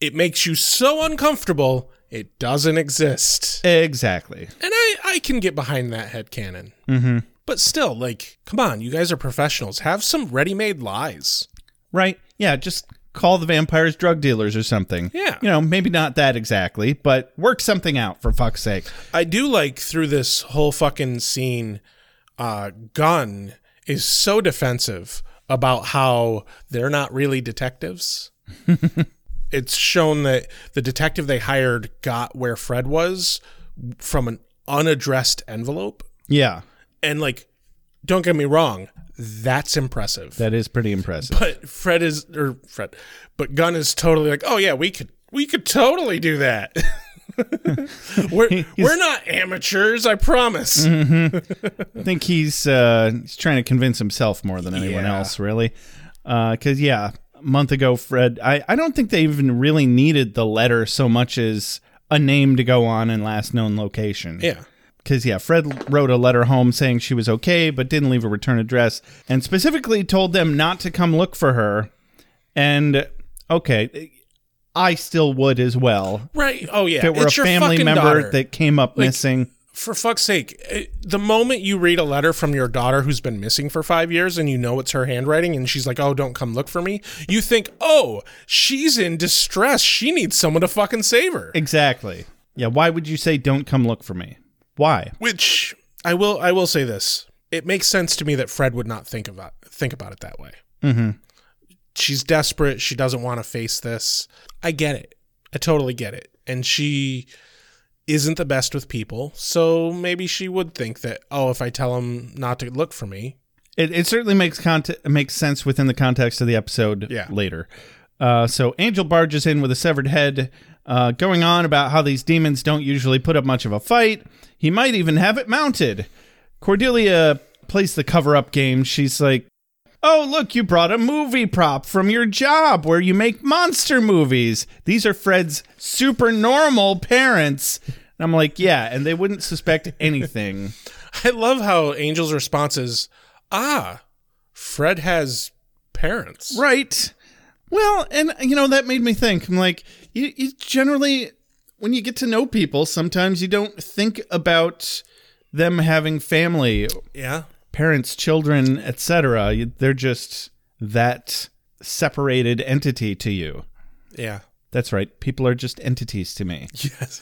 Speaker 7: it makes you so uncomfortable it doesn't exist.
Speaker 8: exactly.
Speaker 7: And I I can get behind that headcanon. Mm-hmm. But still, like, come on, you guys are professionals. Have some ready-made lies.
Speaker 8: Right? Yeah, just call the vampires drug dealers or something.
Speaker 7: Yeah.
Speaker 8: you know, maybe not that exactly, but work something out for fuck's sake.
Speaker 7: I do like through this whole fucking scene, uh, Gunn is so defensive about how they're not really detectives. it's shown that the detective they hired got where Fred was from an unaddressed envelope.
Speaker 8: Yeah,
Speaker 7: And, like, don't get me wrong, that's impressive.
Speaker 8: that is pretty impressive.
Speaker 7: but Fred is, or Fred, but Gunn is totally like, oh, yeah, we could. We could totally do that. we're we're not amateurs, I promise.
Speaker 8: Mm-hmm. think he's uh, he's trying to convince himself more than anyone
Speaker 7: Yeah.
Speaker 8: else, really. Uh, Because yeah, a month ago, Fred, I I don't think they even really needed the letter so much as a name to go on and last known location.
Speaker 7: Yeah.
Speaker 8: Because, yeah, Fred wrote a letter home saying she was okay, but didn't leave a return address and specifically told them not to come look for her. And, okay, I still would as well.
Speaker 7: Right. Oh yeah.
Speaker 8: If it were
Speaker 7: It's
Speaker 8: a
Speaker 7: your
Speaker 8: family
Speaker 7: fucking
Speaker 8: member
Speaker 7: daughter.
Speaker 8: that came up
Speaker 7: Like-
Speaker 8: missing.
Speaker 7: for fuck's sake, eh, the moment you read a letter from your daughter who's been missing for five years and you know it's her handwriting and she's like, oh, don't come look for me, you think, oh, she's in distress. She needs someone to fucking save her.
Speaker 8: Exactly. Yeah, why would you say don't come look for me? Why?
Speaker 7: Which I will, I will say this: it makes sense to me that Fred would not think about think about it that way. Mm-hmm. She's desperate. She doesn't want to face this. I get it. I totally get it. And she isn't the best with people, so maybe she would think that, oh, if I tell him not to look for me,
Speaker 8: It, it certainly makes cont- makes sense within the context of the episode
Speaker 7: Yeah.
Speaker 8: later. Uh, so Angel barges in with a severed head, uh, going on about how these demons don't usually put up much of a fight. He might even have it mounted. Cordelia plays the cover up game. She's like, Oh, look, you brought a movie prop from your job where you make monster movies. These are Fred's super normal parents. And I'm like, Yeah, and they wouldn't suspect anything.
Speaker 7: I love how Angel's response is, "Ah, Fred has parents."
Speaker 8: Right. Well, and you know that made me think. I'm like, you, you generally when you get to know people, sometimes you don't think about them having family,
Speaker 7: Yeah.
Speaker 8: parents, children, etc. You- They're just that separated entity to you.
Speaker 7: Yeah.
Speaker 8: That's right. People are just entities to me.
Speaker 7: Yes.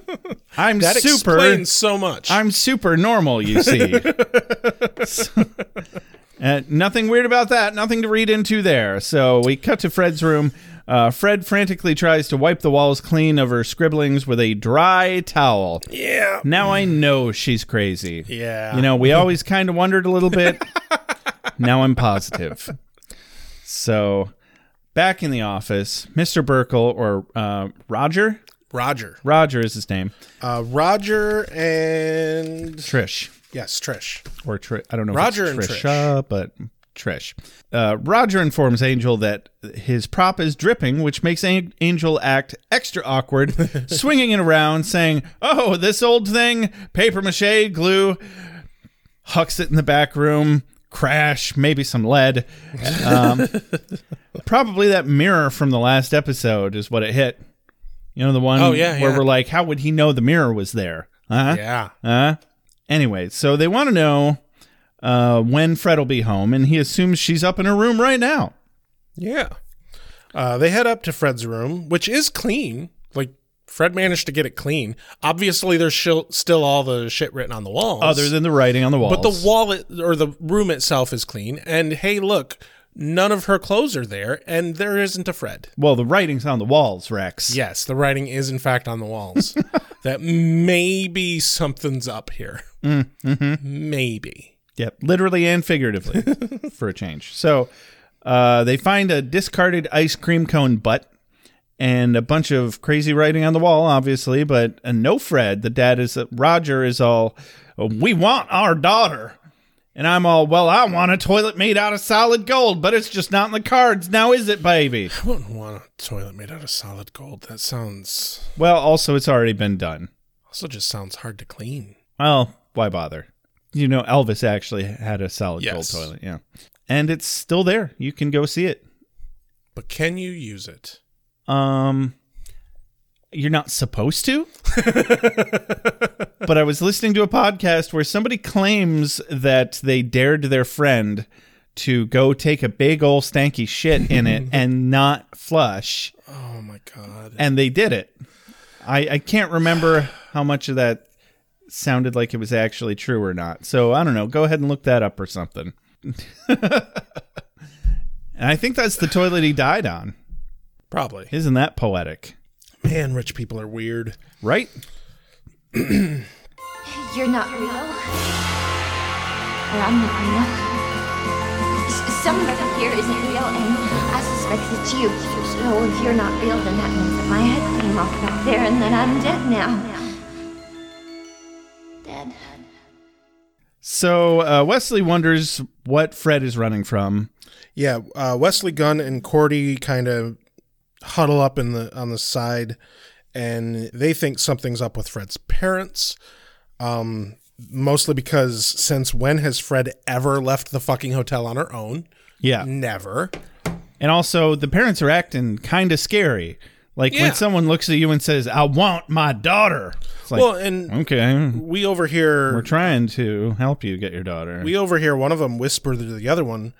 Speaker 8: I'm
Speaker 7: that
Speaker 8: super
Speaker 7: explains so much.
Speaker 8: I'm super normal, you see. So- uh, nothing weird about that. Nothing to read into there. So we cut to Fred's room. Uh, Fred frantically tries to wipe the walls clean of her scribblings with a dry towel.
Speaker 7: yeah.
Speaker 8: Now I know she's crazy.
Speaker 7: Yeah.
Speaker 8: You know, we always kind of wondered a little bit. now I'm positive. So back in the office, Mr. Burkle or uh, Roger?
Speaker 7: Roger.
Speaker 8: Roger is his name.
Speaker 7: Uh, Roger and
Speaker 8: Trish.
Speaker 7: yes, Trish.
Speaker 8: or Tri- I don't know
Speaker 7: Roger
Speaker 8: if
Speaker 7: and
Speaker 8: it's Trisha, but Trish. Uh, Roger informs Angel that his prop is dripping, which makes An- Angel act extra awkward, swinging it around, saying, "Oh, this old thing, paper mache, glue." Hucks it in the back room. Crash, maybe some lead. Um, probably that mirror from the last episode is what it hit. You know the one
Speaker 7: Oh, yeah,
Speaker 8: where
Speaker 7: yeah.
Speaker 8: we're like, how would he know the mirror was there? Huh?
Speaker 7: Yeah.
Speaker 8: Uh, anyway, so they want to know uh, when Fred will be home, and he assumes she's up in her room right now.
Speaker 7: Yeah. Uh, they head up to Fred's room, which is clean. Like Fred managed to get it clean. Obviously, there's shil- still all the shit written on the walls.
Speaker 8: Other than Oh, the writing on the walls.
Speaker 7: But the wall it- or the room itself is clean. And hey, look, none of her clothes are there, and there isn't a Fred.
Speaker 8: well, the writing's on the walls, Rex.
Speaker 7: Yes, the writing is in fact on the walls. that maybe something's up here.
Speaker 8: Mm, mm-hmm.
Speaker 7: Maybe.
Speaker 8: Yep, literally and figuratively, for a change. So uh, they find a discarded ice cream cone butt and a bunch of crazy writing on the wall, obviously, but uh, no Fred. The dad is, Roger is all, we want our daughter. And I'm all, well, I want a toilet made out of solid gold, but it's just not in the cards now, is it, baby?
Speaker 7: I wouldn't want a toilet made out of solid gold. That sounds
Speaker 8: Well, also, it's already been done.
Speaker 7: also just sounds hard to clean.
Speaker 8: Well, why bother? You know, Elvis actually had a solid gold
Speaker 7: Yes.
Speaker 8: toilet, yeah. And it's still there. You can go see it.
Speaker 7: But can you use it?
Speaker 8: Um, you're not supposed to. but I was listening to a podcast where somebody claims that they dared their friend to go take a big old stanky shit in it and not flush,
Speaker 7: Oh my god.
Speaker 8: and they did it. I I can't remember how much of that sounded like it was actually true or not. So I don't know. Go ahead and look that up or something. and I think that's the toilet he died on.
Speaker 7: Probably.
Speaker 8: Isn't that poetic?
Speaker 7: Man, rich people are weird.
Speaker 8: Right?
Speaker 1: You're not real. Or I'm not real. S- Someone here isn't real, and I suspect it's you. So if you're not real, then that means that my head came off back there and that I'm dead now. Dead.
Speaker 8: So uh, Wesley wonders what Fred is running from.
Speaker 7: Yeah, uh, Wesley Gunn and Cordy kind of huddle up in the on the side, and they think something's up with Fred's parents. Um, mostly because since when has Fred ever left the fucking hotel on her own?
Speaker 8: Yeah.
Speaker 7: Never.
Speaker 8: And also, the parents are acting kind of scary. Like
Speaker 7: Yeah.
Speaker 8: when someone looks at you and says, I want my daughter. It's like,
Speaker 7: Well, and
Speaker 8: okay,
Speaker 7: we overhear
Speaker 8: we're trying to help you get your daughter.
Speaker 7: we overhear one of them whisper to the other one,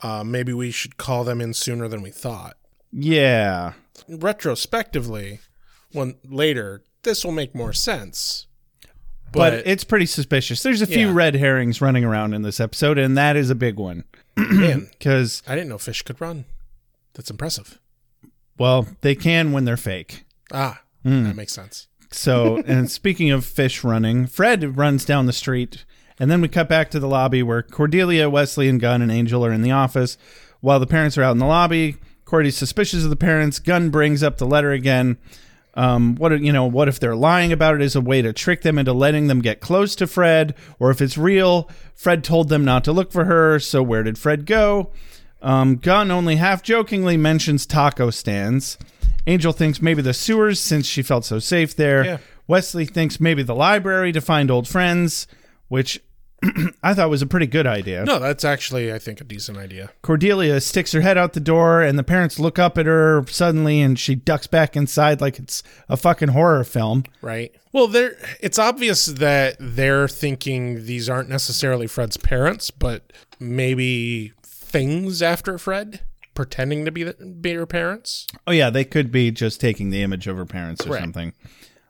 Speaker 7: uh, maybe we should call them in sooner than we thought.
Speaker 8: yeah.
Speaker 7: Retrospectively, when later, this will make more sense.
Speaker 8: But, it's pretty suspicious. There's a few
Speaker 7: Yeah.
Speaker 8: red herrings running around in this episode, and that is a big one.
Speaker 7: man,
Speaker 8: Because,
Speaker 7: I didn't know fish could run. That's impressive.
Speaker 8: well, they can when they're fake.
Speaker 7: Ah, that makes sense.
Speaker 8: So, and speaking of fish running, Fred runs down the street, and then we cut back to the lobby where Cordelia, Wesley, and Gunn and Angel are in the office while the parents are out in the lobby. Cordy's suspicious of the parents. Gunn brings up the letter again. Um, what if- you know? What if they're lying about it? Is a way to trick them into letting them get close to Fred, or if it's real? Fred told them not to look for her, so where did Fred go? Um, Gunn only half jokingly mentions taco stands. Angel thinks maybe the sewers since she felt so safe there.
Speaker 7: Yeah.
Speaker 8: Wesley thinks maybe the library to find old friends, which I thought was a pretty good idea.
Speaker 7: No, that's actually, I think, a decent idea.
Speaker 8: Cordelia sticks her head out the door, and the parents look up at her suddenly, and she ducks back inside like it's a fucking horror film.
Speaker 7: Right. Well, they're, it's obvious that they're thinking these aren't necessarily Fred's parents, but maybe things after Fred, pretending to be, the, be her parents.
Speaker 8: Oh yeah, they could be just taking the image of her parents or
Speaker 7: Correct.
Speaker 8: something.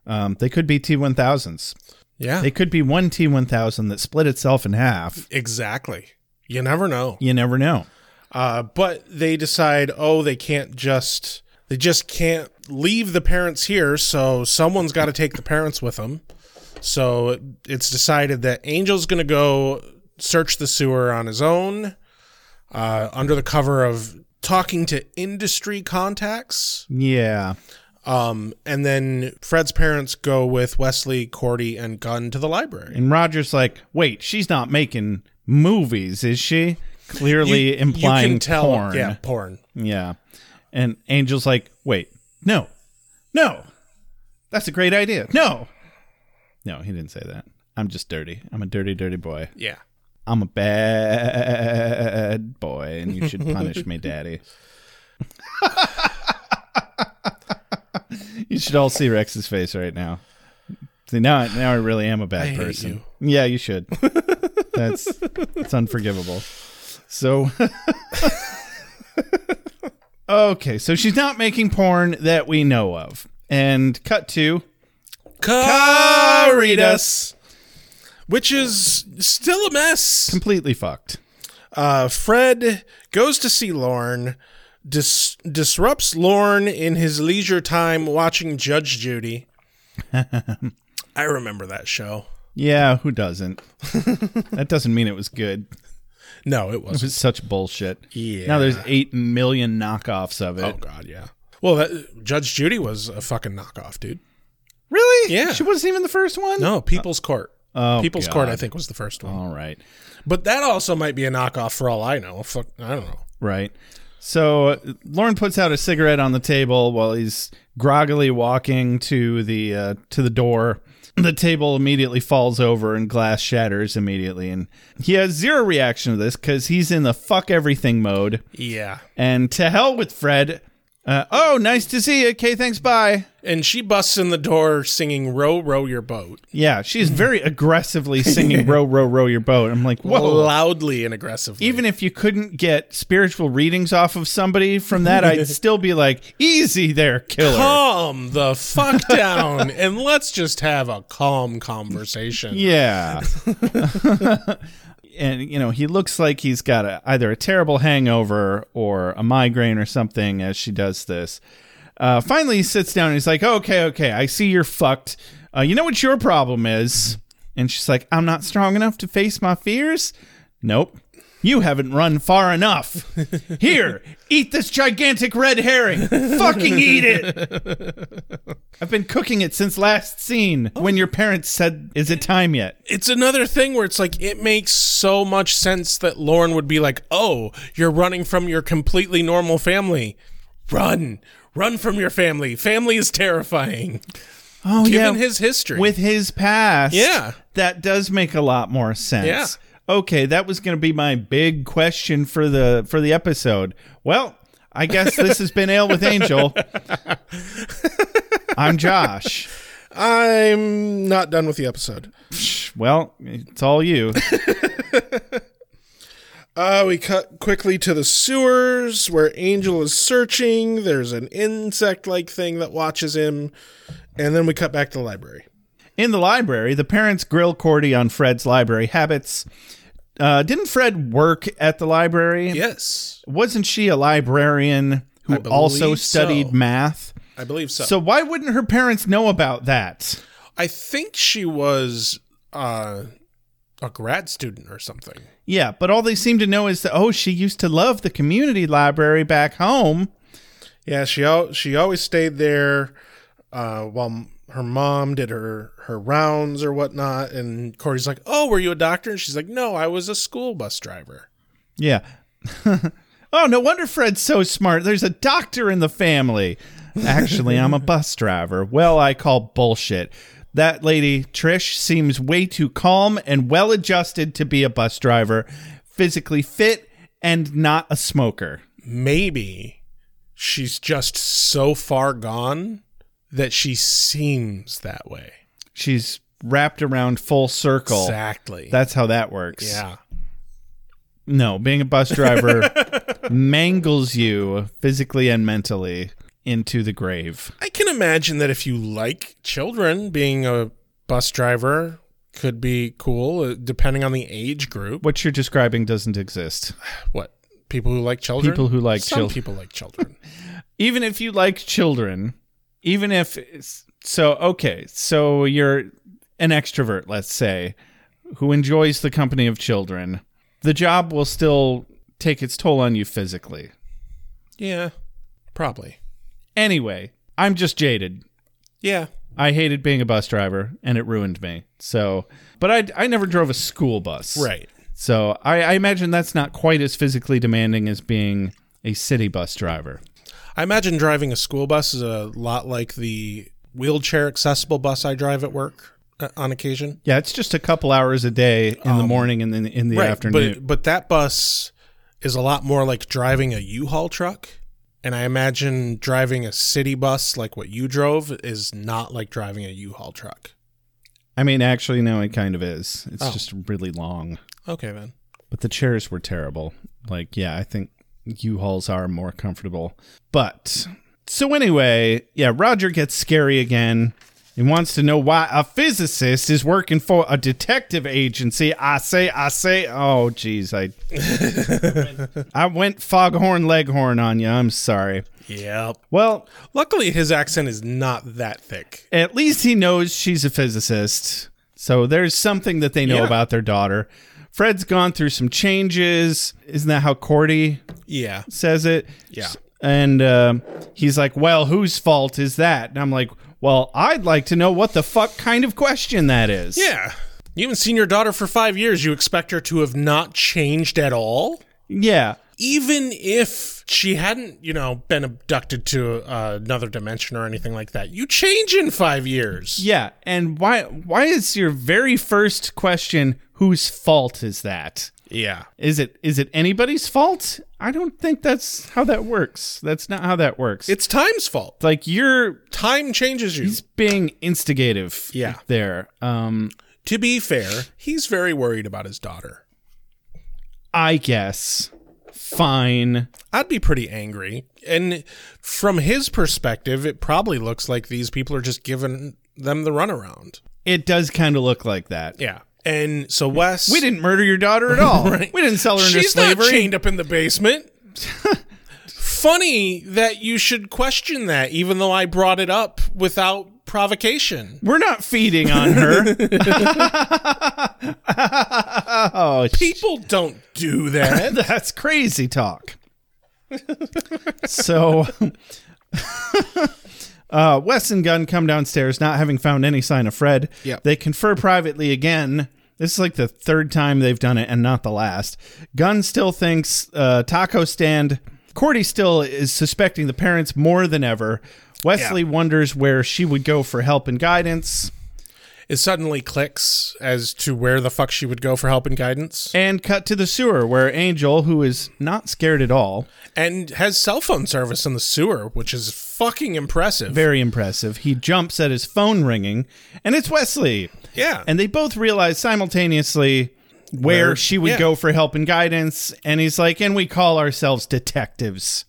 Speaker 8: Um, they could be T1000s.
Speaker 7: Yeah.
Speaker 8: They could be one T1000 that split itself in half.
Speaker 7: exactly. You never know.
Speaker 8: You never know.
Speaker 7: Uh, but they decide, oh, they can't just they just can't leave the parents here, so someone's got to take the parents with them. So it- it's decided that Angel's going to go search the sewer on his own, uh, under the cover of talking to industry contacts.
Speaker 8: Yeah.
Speaker 7: Um, and then Fred's parents go with Wesley, Cordy, and Gunn to the library.
Speaker 8: And Roger's like, wait, she's not making movies, is she? Clearly implying porn.
Speaker 7: yeah, porn.
Speaker 8: Yeah. And Angel's like, wait, no, no, that's a great idea. No. No, he didn't say that. I'm just dirty. I'm a dirty, dirty boy.
Speaker 7: Yeah.
Speaker 8: I'm a bad boy, and you should punish me, daddy. you should all see Rex's face right now. See, now, now I really am a bad
Speaker 7: hate
Speaker 8: person. Yeah, you should. That's it's unforgivable. So. Okay, so she's not making porn that we know of. And cut to
Speaker 7: Caritas, which is still a mess.
Speaker 8: completely fucked.
Speaker 7: Uh, Fred goes to see Lorne, dis- disrupts Lorne in his leisure time watching Judge Judy. I remember that show.
Speaker 8: Yeah, who doesn't? that doesn't mean it was good.
Speaker 7: No, it wasn't.
Speaker 8: It's such bullshit.
Speaker 7: Yeah.
Speaker 8: Now there's eight million knockoffs of it.
Speaker 7: Oh God, yeah. Well, that, Judge Judy was a fucking knockoff, dude.
Speaker 8: really?
Speaker 7: Yeah.
Speaker 8: She wasn't even the first one.
Speaker 7: No, People's Court.
Speaker 8: Oh,
Speaker 7: People's Court,
Speaker 8: God. Oh.
Speaker 7: I think, was the first one.
Speaker 8: All right.
Speaker 7: But that also might be a knockoff for all I know. Fuck, I don't know.
Speaker 8: Right. So uh, Lauren puts out a cigarette on the table while he's groggily walking to the uh, to the door. The table immediately falls over and glass shatters immediately, and he has zero reaction to this because he's in the fuck everything mode.
Speaker 7: Yeah.
Speaker 8: And to hell with Fred. Uh, oh, nice to see you. Okay, thanks. Bye.
Speaker 7: And she busts in the door singing "Row, row your boat"
Speaker 8: Yeah, she's very aggressively singing "Row, row, row your boat." I'm like, whoa.
Speaker 7: loudly and aggressively.
Speaker 8: even if you couldn't get spiritual readings off of somebody from that, I'd still be like, easy there, killer.
Speaker 7: calm the fuck down and let's just have a calm conversation.
Speaker 8: Yeah. and you know, he looks like he's got a, either a terrible hangover or a migraine or something as she does this. Uh, finally, he sits down and he's like, "Okay, okay, I see you're fucked. Uh, you know what your problem is?" And she's like, "I'm not strong enough to face my fears." Nope. You haven't run far enough. Here, eat this gigantic red herring. Fucking eat it. I've been cooking it since last scene when your parents said, Is it time yet?
Speaker 7: It's another thing where it's like it makes so much sense that Lauren would be like, "Oh, you're running from your completely normal family. Run. Run from your family. Family is terrifying.
Speaker 8: Oh
Speaker 7: Given his history.
Speaker 8: with his past.
Speaker 7: Yeah.
Speaker 8: that does make a lot more sense.
Speaker 7: Yeah.
Speaker 8: Okay, that was going to be my big question for the for the episode. Well, I guess this has been Ale with Angel. I'm Josh.
Speaker 7: I'm not done with the episode.
Speaker 8: Well, it's all you.
Speaker 7: Uh, we cut quickly to the sewers where Angel is searching. There's an insect like thing that watches him. And then we cut back to the library.
Speaker 8: In the library, the parents grill Cordy on Fred's library habits. Uh, didn't Fred work at the library?
Speaker 7: Yes.
Speaker 8: Wasn't she a librarian who
Speaker 7: believe
Speaker 8: also
Speaker 7: so.
Speaker 8: studied math?
Speaker 7: I believe so.
Speaker 8: So why wouldn't her parents know about that?
Speaker 7: I think she was uh, a grad student or something.
Speaker 8: Yeah, but all they seem to know is that oh, she used to love the community library back home.
Speaker 7: Yeah, she al- she always stayed there uh, while m- her mom did her her rounds or whatnot. And Corey's like, "Oh, were you a doctor?" And she's like, "No, I was a school bus driver."
Speaker 8: Yeah. oh, no wonder Fred's so smart. There's a doctor in the family. Actually, I'm a bus driver. Well, I call bullshit. That lady, Trish, seems way too calm and well adjusted to be a bus driver, physically fit and not a smoker.
Speaker 7: Maybe she's just so far gone that she seems that way.
Speaker 8: She's wrapped around full circle.
Speaker 7: Exactly.
Speaker 8: That's how that works.
Speaker 7: yeah.
Speaker 8: No, being a bus driver mangles you physically and mentally into the grave.
Speaker 7: I can imagine that if you like children, being a bus driver could be cool, uh, depending on the age group.
Speaker 8: What you're describing doesn't exist.
Speaker 7: What people who like children?
Speaker 8: People who like
Speaker 7: Some
Speaker 8: children.
Speaker 7: people like children.
Speaker 8: even if you like children, even if so, okay, so you're an extrovert, let's say, who enjoys the company of children, the job will still take its toll on you physically.
Speaker 7: yeah, probably.
Speaker 8: Anyway, I'm just jaded.
Speaker 7: Yeah.
Speaker 8: I hated being a bus driver and it ruined me. So, but I, I never drove a school bus.
Speaker 7: Right.
Speaker 8: So I, I imagine that's not quite as physically demanding as being a city bus driver.
Speaker 7: I imagine driving a school bus is a lot like the wheelchair accessible bus I drive at work uh, on occasion.
Speaker 8: Yeah, it's just a couple hours a day in the morning and then in the afternoon.
Speaker 7: But but that bus is a lot more like driving a U-Haul truck. And I imagine driving a city bus like what you drove is not like driving a U-Haul truck.
Speaker 8: I mean, actually, no, it kind of is. It's
Speaker 7: Oh.
Speaker 8: just really long.
Speaker 7: Okay then.
Speaker 8: But the chairs were terrible. Like, yeah, I think U-Hauls are more comfortable. But so anyway, yeah, Roger gets scary again and wants to know why a physicist is working for a detective agency. I say, I say, oh, geez, I, I went foghorn leghorn on you. I'm sorry.
Speaker 7: Yep.
Speaker 8: Well,
Speaker 7: Luckily his accent is not that thick.
Speaker 8: at least he knows she's a physicist. So there's something that they know
Speaker 7: Yeah.
Speaker 8: about their daughter. Fred's gone through some changes. Isn't that how Cordy
Speaker 7: Yeah.
Speaker 8: says it?
Speaker 7: Yeah.
Speaker 8: And um, he's like, Well, whose fault is that? And I'm like, Well, I'd like to know what the fuck kind of question that is.
Speaker 7: Yeah. You haven't seen your daughter for five years. You expect her to have not changed at all?
Speaker 8: Yeah.
Speaker 7: Even if she hadn't, you know, been abducted to uh, another dimension or anything like that, you change in five years.
Speaker 8: Yeah. And why why is your very first question, whose fault is that?
Speaker 7: Yeah.
Speaker 8: Is it is it anybody's fault? I don't think that's how that works. That's not how that works.
Speaker 7: It's time's fault.
Speaker 8: like you're
Speaker 7: Time changes you.
Speaker 8: he's being instigative
Speaker 7: Yeah.
Speaker 8: there um
Speaker 7: to be fair, he's very worried about his daughter.
Speaker 8: i guess fine
Speaker 7: I'd be pretty angry. And from his perspective, it probably looks like these people are just giving them the runaround.
Speaker 8: it does kind of look like that
Speaker 7: Yeah. And so Wes.
Speaker 8: we didn't murder your daughter at all.
Speaker 7: Right.
Speaker 8: we didn't sell her into
Speaker 7: She's
Speaker 8: slavery
Speaker 7: not chained up in the basement. Funny that you should question that, even though I brought it up without provocation.
Speaker 8: we're not feeding on her oh sh-
Speaker 7: People don't do that.
Speaker 8: that's crazy talk so uh, wes and gunn come downstairs not having found any sign of fred
Speaker 7: Yep.
Speaker 8: they confer privately again this is like the third time they've done it and not the last gunn still thinks uh, taco stand Cordy still is suspecting the parents more than ever. Wesley wonders where she would go for help and guidance.
Speaker 7: It suddenly clicks as to where the fuck she would go for help and guidance,
Speaker 8: And cut to the sewer where Angel, who is not scared at all,
Speaker 7: and has cell phone service in the sewer, which is fucking impressive.
Speaker 8: very impressive, he jumps at his phone ringing and it's Wesley.
Speaker 7: yeah,
Speaker 8: And they both realize simultaneously where,
Speaker 7: Where-
Speaker 8: she would
Speaker 7: yeah.
Speaker 8: go for help and guidance. And he's like, and we call ourselves detectives.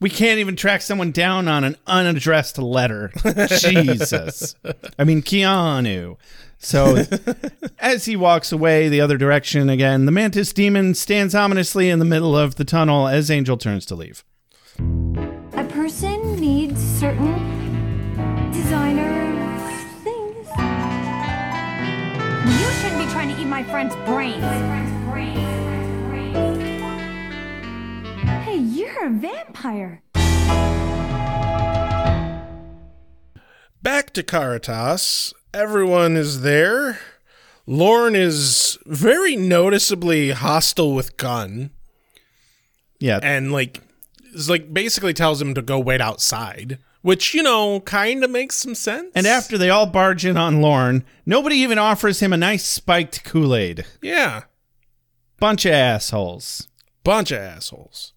Speaker 8: We can't even track someone down on an unaddressed letter. Jesus. I mean, Keanu. So as he walks away the other direction again, the mantis demon stands ominously in the middle of the tunnel as Angel turns to leave.
Speaker 1: A person needs certain designer things. You shouldn't be trying to eat my friend's brains. Hey, you're a vampire.
Speaker 7: back to Caritas. Everyone is there. Lorne is very noticeably hostile with Gunn
Speaker 8: Yeah.
Speaker 7: and like is like basically tells him to go wait outside, which you know kind of makes some sense.
Speaker 8: and after they all barge in on Lorne, nobody even offers him a nice spiked Kool Aid.
Speaker 7: yeah,
Speaker 8: Bunch of assholes.
Speaker 7: bunch of assholes.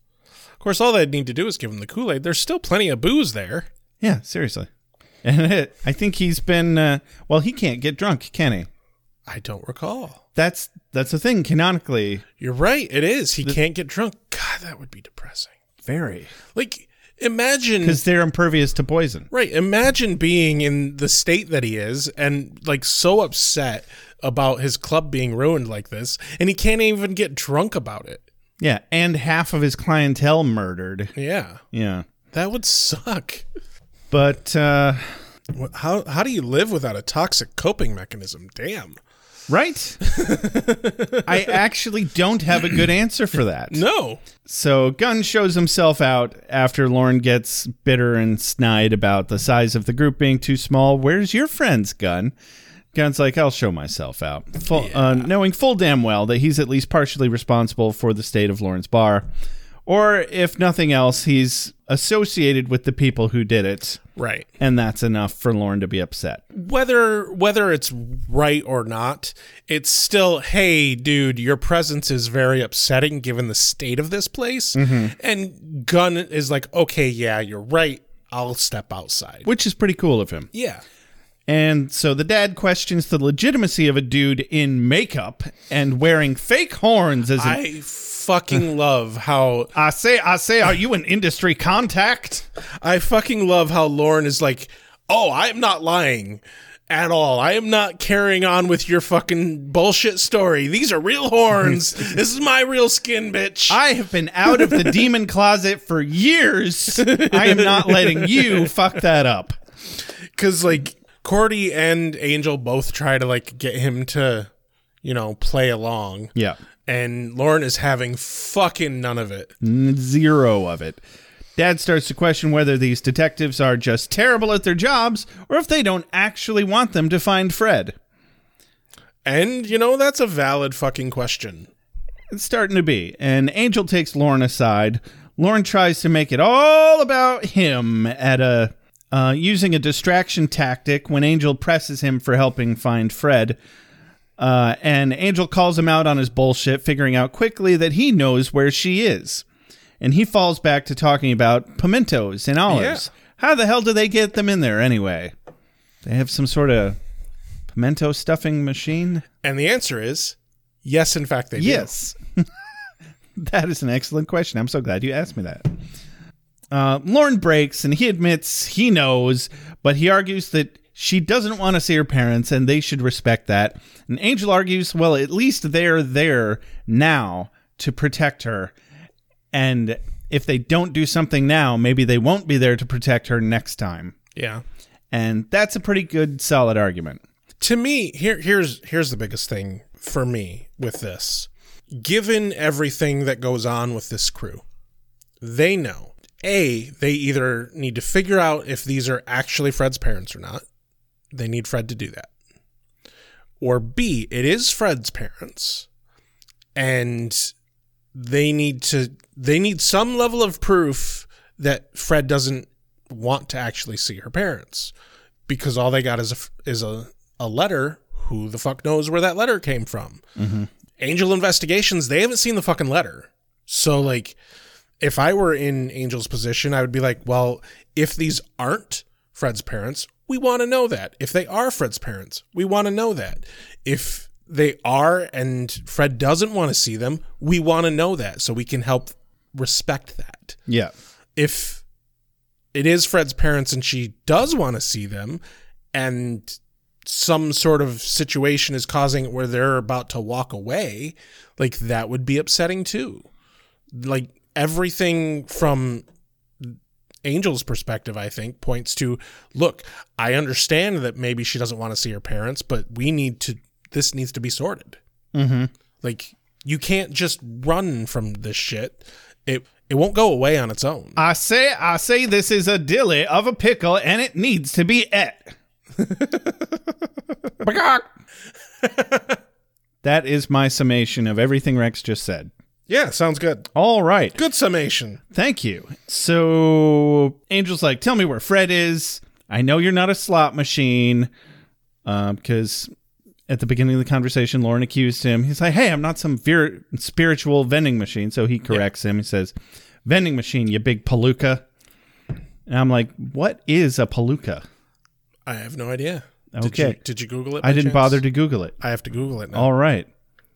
Speaker 7: Of course, all they'd need to do is give him the Kool Aid. There's still plenty of booze there.
Speaker 8: Yeah, seriously. And it, I think he's been uh, well. He can't get drunk, can he?
Speaker 7: I don't recall.
Speaker 8: That's that's the thing canonically.
Speaker 7: You're right. It is. He can't get drunk. God, that would be depressing.
Speaker 8: Very
Speaker 7: Like imagine
Speaker 8: because they're impervious to poison.
Speaker 7: Right. Imagine being in the state that he is and like so upset about his club being ruined like this, and he can't even get drunk about it.
Speaker 8: Yeah, and half of his clientele murdered.
Speaker 7: Yeah.
Speaker 8: Yeah,
Speaker 7: That would suck.
Speaker 8: but uh,
Speaker 7: Wh- How how do you live without a toxic coping mechanism? Damn.
Speaker 8: right. I actually don't have a good answer for that.
Speaker 7: No.
Speaker 8: So Gunn shows himself out after Lauren gets bitter and snide about the size of the group being too small. Where's your friends, Gunn? Gunn's like, I'll show myself out, full, uh, knowing full damn well that he's at least partially responsible for the state of Lauren's bar, or if nothing else, he's associated with the people who did it,
Speaker 7: Right.
Speaker 8: and that's enough for Lauren to be upset.
Speaker 7: Whether whether it's right or not, it's still, hey, dude, your presence is very upsetting given the state of this place. And Gunn is like, okay, yeah, you're right. I'll step outside.
Speaker 8: Which is pretty cool of him.
Speaker 7: Yeah.
Speaker 8: And so the dad questions the legitimacy of a dude in makeup and wearing fake horns as an
Speaker 7: I fucking love how
Speaker 8: I say, I say, are you an industry contact?
Speaker 7: I fucking love how Lauren is like, "Oh, I am not lying at all. I am not carrying on with your fucking bullshit story. These are real horns. this is my real skin, bitch."
Speaker 8: I have been out of the demon closet for years. I am not letting you fuck that up.
Speaker 7: Cuz like Cordy and Angel both try to like get him to, you know, play along.
Speaker 8: Yeah.
Speaker 7: And Lauren is having fucking none of it.
Speaker 8: Zero of it. Dad starts to question whether these detectives are just terrible at their jobs or if they don't actually want them to find Fred.
Speaker 7: And you know, that's a valid fucking question.
Speaker 8: It's starting to be. And Angel takes Lauren aside. Lauren tries to make it all about him at a uh, using a distraction tactic when Angel presses him for helping find Fred. Uh, and Angel calls him out on his bullshit, figuring out quickly that he knows where she is. And he falls back to talking about pimentos and olives. How the hell do they get them in there anyway? They have some sort of pimento stuffing machine?
Speaker 7: And the answer is yes, in fact they do.
Speaker 8: Yes. that is an excellent question. I'm so glad you asked me that. Uh, Lauren breaks and he admits he knows, but he argues that she doesn't want to see her parents and they should respect that. And Angel argues, well, at least they're there now to protect her. And if they don't do something now, maybe they won't be there to protect her next time.
Speaker 7: Yeah.
Speaker 8: And that's a pretty good, solid argument.
Speaker 7: to me here here's here's the biggest thing for me with this given everything that goes on with this crew they know a they either need to figure out if these are actually fred's parents or not they need fred to do that or b it is fred's parents and they need to they need some level of proof that Fred doesn't want to actually see her parents because all they got is a f- is a a letter. Who the fuck knows where that letter came from? Angel Investigations, they haven't seen the fucking letter. So like if I were in Angel's position, I would be like, well, if these aren't Fred's parents, we want to know that. If they are Fred's parents, we want to know that. If they are and Fred doesn't want to see them, we want to know that so we can help respect that.
Speaker 8: Yeah.
Speaker 7: If it is Fred's parents and she does want to see them and some sort of situation is causing it where they're about to walk away, like that would be upsetting too like everything from Angel's perspective, I think, points to look, I understand that maybe she doesn't want to see her parents, but we need to, this needs to be sorted. Mm-hmm. Like, you can't just run from this shit. It, it won't go away on its own.
Speaker 8: I say, I say this is a dilly of a pickle and it needs to be et. that is my summation of everything Rex just said.
Speaker 7: Yeah, sounds good.
Speaker 8: All right.
Speaker 7: Good summation.
Speaker 8: Thank you. So Angel's like, tell me where Fred is. I know you're not a slot machine. Because at the beginning of the conversation, Lauren accused him. He's like, hey, I'm not some vir- spiritual vending machine. So he corrects him. He says, vending machine, you big palooka. And I'm like, what is a palooka?
Speaker 7: I have no idea. Did
Speaker 8: Okay.
Speaker 7: you, did you Google it? by
Speaker 8: I didn't
Speaker 7: chance?
Speaker 8: bother to Oh. Google it.
Speaker 7: I have to Google it now.
Speaker 8: All right.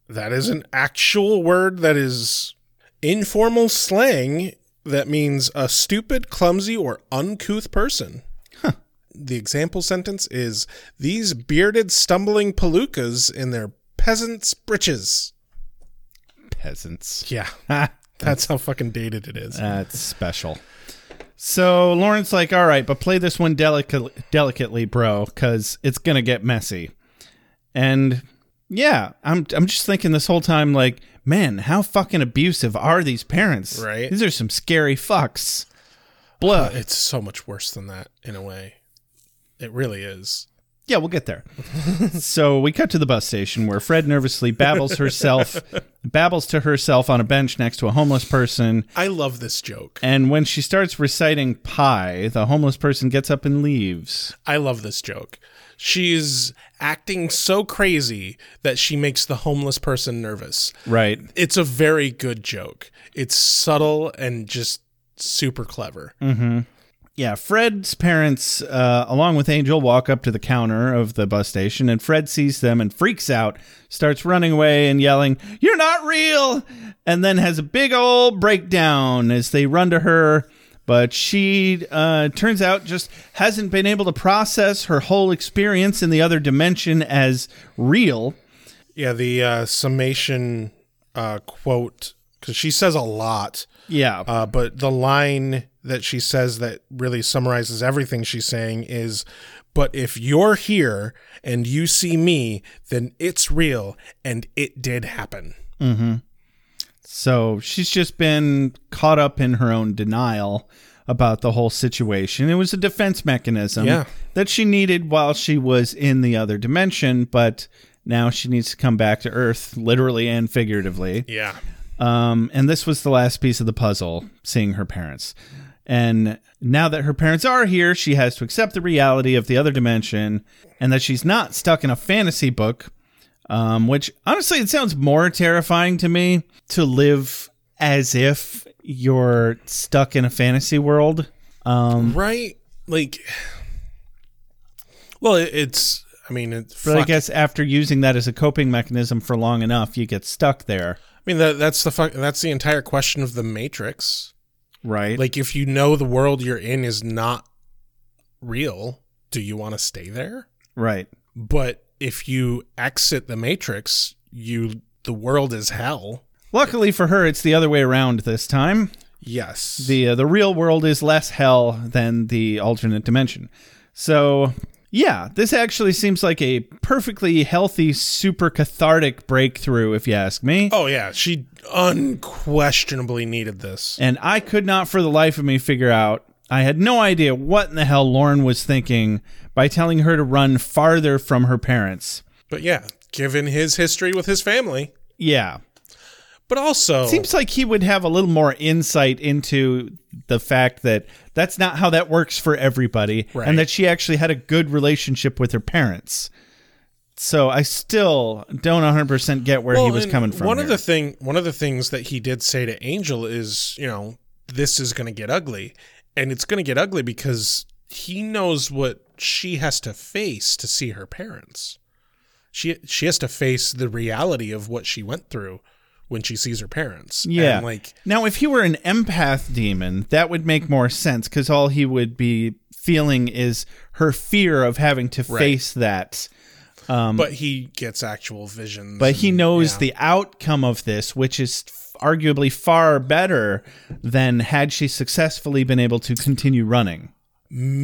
Speaker 7: That is an actual word that is informal slang that means a stupid, clumsy, or uncouth person. The example sentence is These bearded, stumbling palookas in their peasants' breeches.
Speaker 8: Peasants.
Speaker 7: Yeah, that's how fucking dated it is.
Speaker 8: That's special. So Lauren's like, all right, but play this one delicately, delicately, bro, because it's gonna get messy. And yeah, I'm I'm just thinking this whole time, like, man, how fucking abusive are these parents?
Speaker 7: Right.
Speaker 8: These are some scary fucks. Blah.
Speaker 7: It's so much worse than that in a way. It really is.
Speaker 8: Yeah, we'll get there. so we cut to the bus station where Fred nervously babbles herself, babbles to herself on a bench next to a homeless person.
Speaker 7: I love this joke.
Speaker 8: And when she starts reciting pie, the homeless person gets up and leaves.
Speaker 7: I love this joke. She's acting so crazy that she makes the homeless person nervous.
Speaker 8: Right.
Speaker 7: it's a very good joke. It's subtle and just super clever.
Speaker 8: Yeah. Fred's parents, uh, along with Angel, walk up to the counter of the bus station, and Fred sees them and freaks out, starts running away and yelling, You're not real! And then has a big old breakdown as they run to her. But she uh, turns out just hasn't been able to process her whole experience in the other dimension as real.
Speaker 7: Yeah, the uh, summation uh, quote because she says a lot,
Speaker 8: Yeah.
Speaker 7: uh, but the line that she says that really summarizes everything she's saying is, "But if you're here and you see me, then it's real and it did happen."
Speaker 8: So she's just been caught up in her own denial about the whole situation. It was a defense mechanism
Speaker 7: Yeah.
Speaker 8: that she needed while she was in the other dimension, but now she needs to come back to Earth, literally and figuratively.
Speaker 7: Yeah,
Speaker 8: Um, and this was the last piece of the puzzle seeing her parents. And now that her parents are here, she has to accept the reality of the other dimension and that she's not stuck in a fantasy book, um, which honestly, it sounds more terrifying to me to live as if you're stuck in a fantasy world.
Speaker 7: right. Like, well, it, it's. I mean, it's.
Speaker 8: But I
Speaker 7: fuck.
Speaker 8: guess after using that as a coping mechanism for long enough, you get stuck there.
Speaker 7: I mean, that, that's the fu- that's the entire question of the Matrix.
Speaker 8: Right. Like,
Speaker 7: Like if you know the world you're in is not real, do you want to stay there?
Speaker 8: right.
Speaker 7: But if you exit the matrix, you the world is hell.
Speaker 8: Luckily for her, it's the other way around this time.
Speaker 7: Yes.
Speaker 8: the uh, the real world is less hell than the alternate dimension. So yeah, this actually seems like a perfectly healthy, super cathartic breakthrough, if you ask me.
Speaker 7: oh yeah, she unquestionably needed this.
Speaker 8: And I could not for the life of me figure out. I had no idea what in the hell Lauren was thinking by telling her to run farther from her parents.
Speaker 7: But yeah, given his history with his family,
Speaker 8: Yeah.
Speaker 7: But also,
Speaker 8: Seems like he would have a little more insight into the fact that that's not how that works for everybody,
Speaker 7: Right.
Speaker 8: and that she actually had a good relationship with her parents. So I still don't 100% get where he
Speaker 7: Well,
Speaker 8: was
Speaker 7: and
Speaker 8: coming from.
Speaker 7: One of the
Speaker 8: here.
Speaker 7: thing, one of the things that he did say to Angel is, you know, this is going to get ugly, and it's going to get ugly because he knows what she has to face to see her parents. She she has to face the reality of what she went through when she sees her parents.
Speaker 8: Yeah.
Speaker 7: and like
Speaker 8: now, if he were an empath demon, that would make more sense because all he would be feeling is her fear of having to face that.
Speaker 7: but he gets actual visions.
Speaker 8: um, But he
Speaker 7: and-
Speaker 8: knows
Speaker 7: Mm-hmm. yeah.
Speaker 8: the outcome of this, which is f- arguably far better than had she successfully been able to continue running.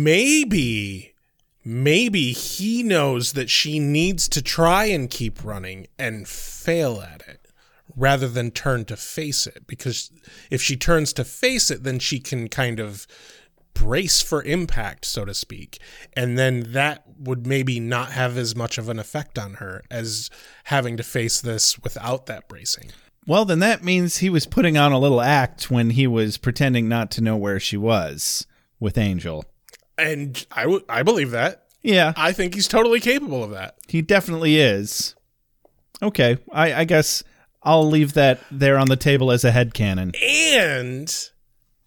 Speaker 7: maybe maybe he knows that she needs to try and keep running and fail at it rather than turn to face it because if she turns to face it then she can kind of brace for impact so to speak and then that would maybe not have as much of an effect on her as having to face this without that bracing
Speaker 8: Well, then that means he was putting on a little act when he was pretending not to know where she was with Angel.
Speaker 7: and i would i believe that
Speaker 8: Yeah,
Speaker 7: i think he's totally capable of that
Speaker 8: he definitely is. Okay, I, I guess I'll leave that there on the table as a headcanon.
Speaker 7: and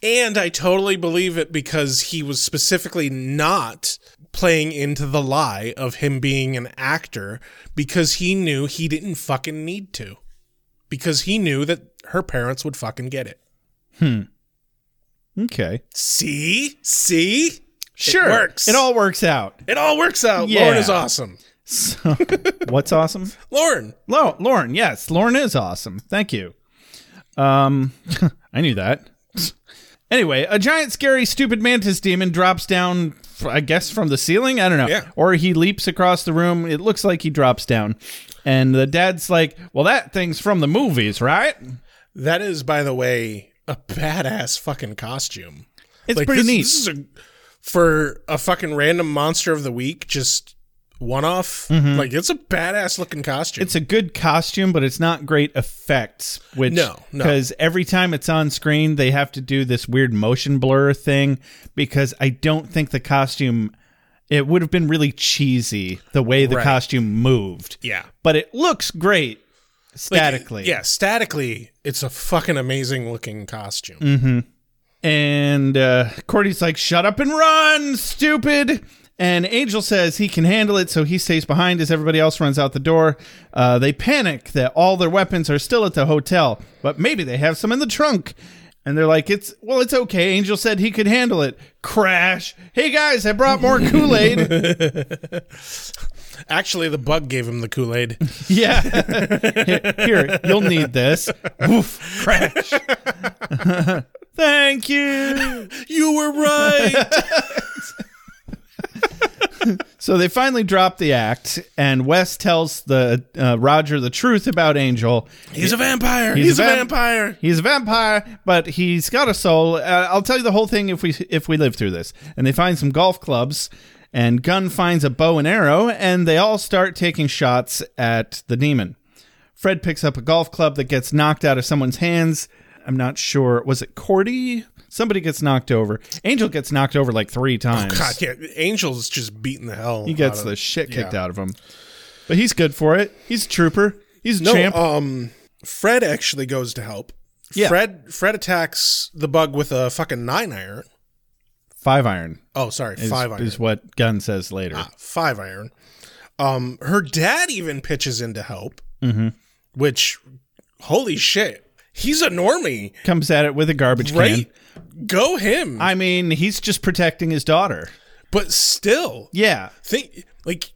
Speaker 7: and I totally believe it because he was specifically not playing into the lie of him being an actor because he knew he didn't fucking need to because he knew that her parents would fucking get it.
Speaker 8: Okay.
Speaker 7: See? See?
Speaker 8: Sure.
Speaker 7: It works.
Speaker 8: It all works out.
Speaker 7: It all works out.
Speaker 8: Yeah.
Speaker 7: Lauren is awesome.
Speaker 8: So, what's awesome?
Speaker 7: Lauren.
Speaker 8: Lo- Lauren, yes, Lauren is awesome. Thank you. Um, I knew that. Anyway, a giant, scary, stupid mantis demon drops down, f- I guess, from the ceiling. I don't know.
Speaker 7: Yeah.
Speaker 8: Or he leaps across the room. It looks like he drops down. And the dad's like, Well, that thing's from the movies, right?
Speaker 7: That is by the way a badass fucking costume.
Speaker 8: It's
Speaker 7: Like,
Speaker 8: pretty
Speaker 7: this,
Speaker 8: neat.
Speaker 7: This is a for a fucking random monster of the week, just one off. Like it's a badass looking costume.
Speaker 8: Mm-hmm. it's a good costume, but it's not great effects. Which
Speaker 7: No, no.
Speaker 8: because every time it's on screen, they have to do this weird motion blur thing. Because I don't think the costume, it would have been really cheesy the way the
Speaker 7: Right.
Speaker 8: costume moved.
Speaker 7: yeah.
Speaker 8: but it looks great
Speaker 7: Like,
Speaker 8: statically.
Speaker 7: yeah, statically, it's a fucking amazing looking costume.
Speaker 8: Mm. And uh, Cordy's like, shut up and run, stupid. And Angel says he can handle it, so he stays behind as everybody else runs out the door. Uh, they panic that all their weapons are still at the hotel, but maybe they have some in the trunk. And they're like, it's, well, it's okay. Angel said he could handle it. Crash. Hey guys, I brought more Kool Aid.
Speaker 7: Actually, the bug gave him the Kool Aid.
Speaker 8: yeah. Here, you'll need this. Woof. Crash. Thank you.
Speaker 7: you were right.
Speaker 8: So they finally drop the act, and Wes tells the uh, Roger the truth about Angel.
Speaker 7: He's a vampire. He's,
Speaker 8: He's a
Speaker 7: a,
Speaker 8: vamp-
Speaker 7: vampire.
Speaker 8: He's a vampire, but he's got a soul. Uh, I'll tell you the whole thing if we if we live through this. And they find some golf clubs, and Gunn finds a bow and arrow, and they all start taking shots at the demon. Fred picks up a golf club that gets knocked out of someone's hands. I'm not sure. Was it Cordy? Somebody gets knocked over. Angel gets knocked over like three times.
Speaker 7: Oh, God, yeah, Angel's just beating the hell.
Speaker 8: He gets the shit kicked out of him. But he's good for it. He's a trooper. He's a
Speaker 7: No,
Speaker 8: champ.
Speaker 7: um, Fred actually goes to help.
Speaker 8: Yeah.
Speaker 7: Fred Fred attacks the bug with a fucking nine iron.
Speaker 8: Five iron
Speaker 7: Oh, sorry,
Speaker 8: is,
Speaker 7: five iron.
Speaker 8: is what Gunn says later.
Speaker 7: Ah, five iron. Um, her dad even pitches in to help,
Speaker 8: Mm-hmm.
Speaker 7: which, holy shit, he's a normie,
Speaker 8: Comes at it with a garbage
Speaker 7: right?
Speaker 8: can.
Speaker 7: Go him.
Speaker 8: I mean, he's just protecting his daughter.
Speaker 7: but still,
Speaker 8: Yeah.
Speaker 7: think like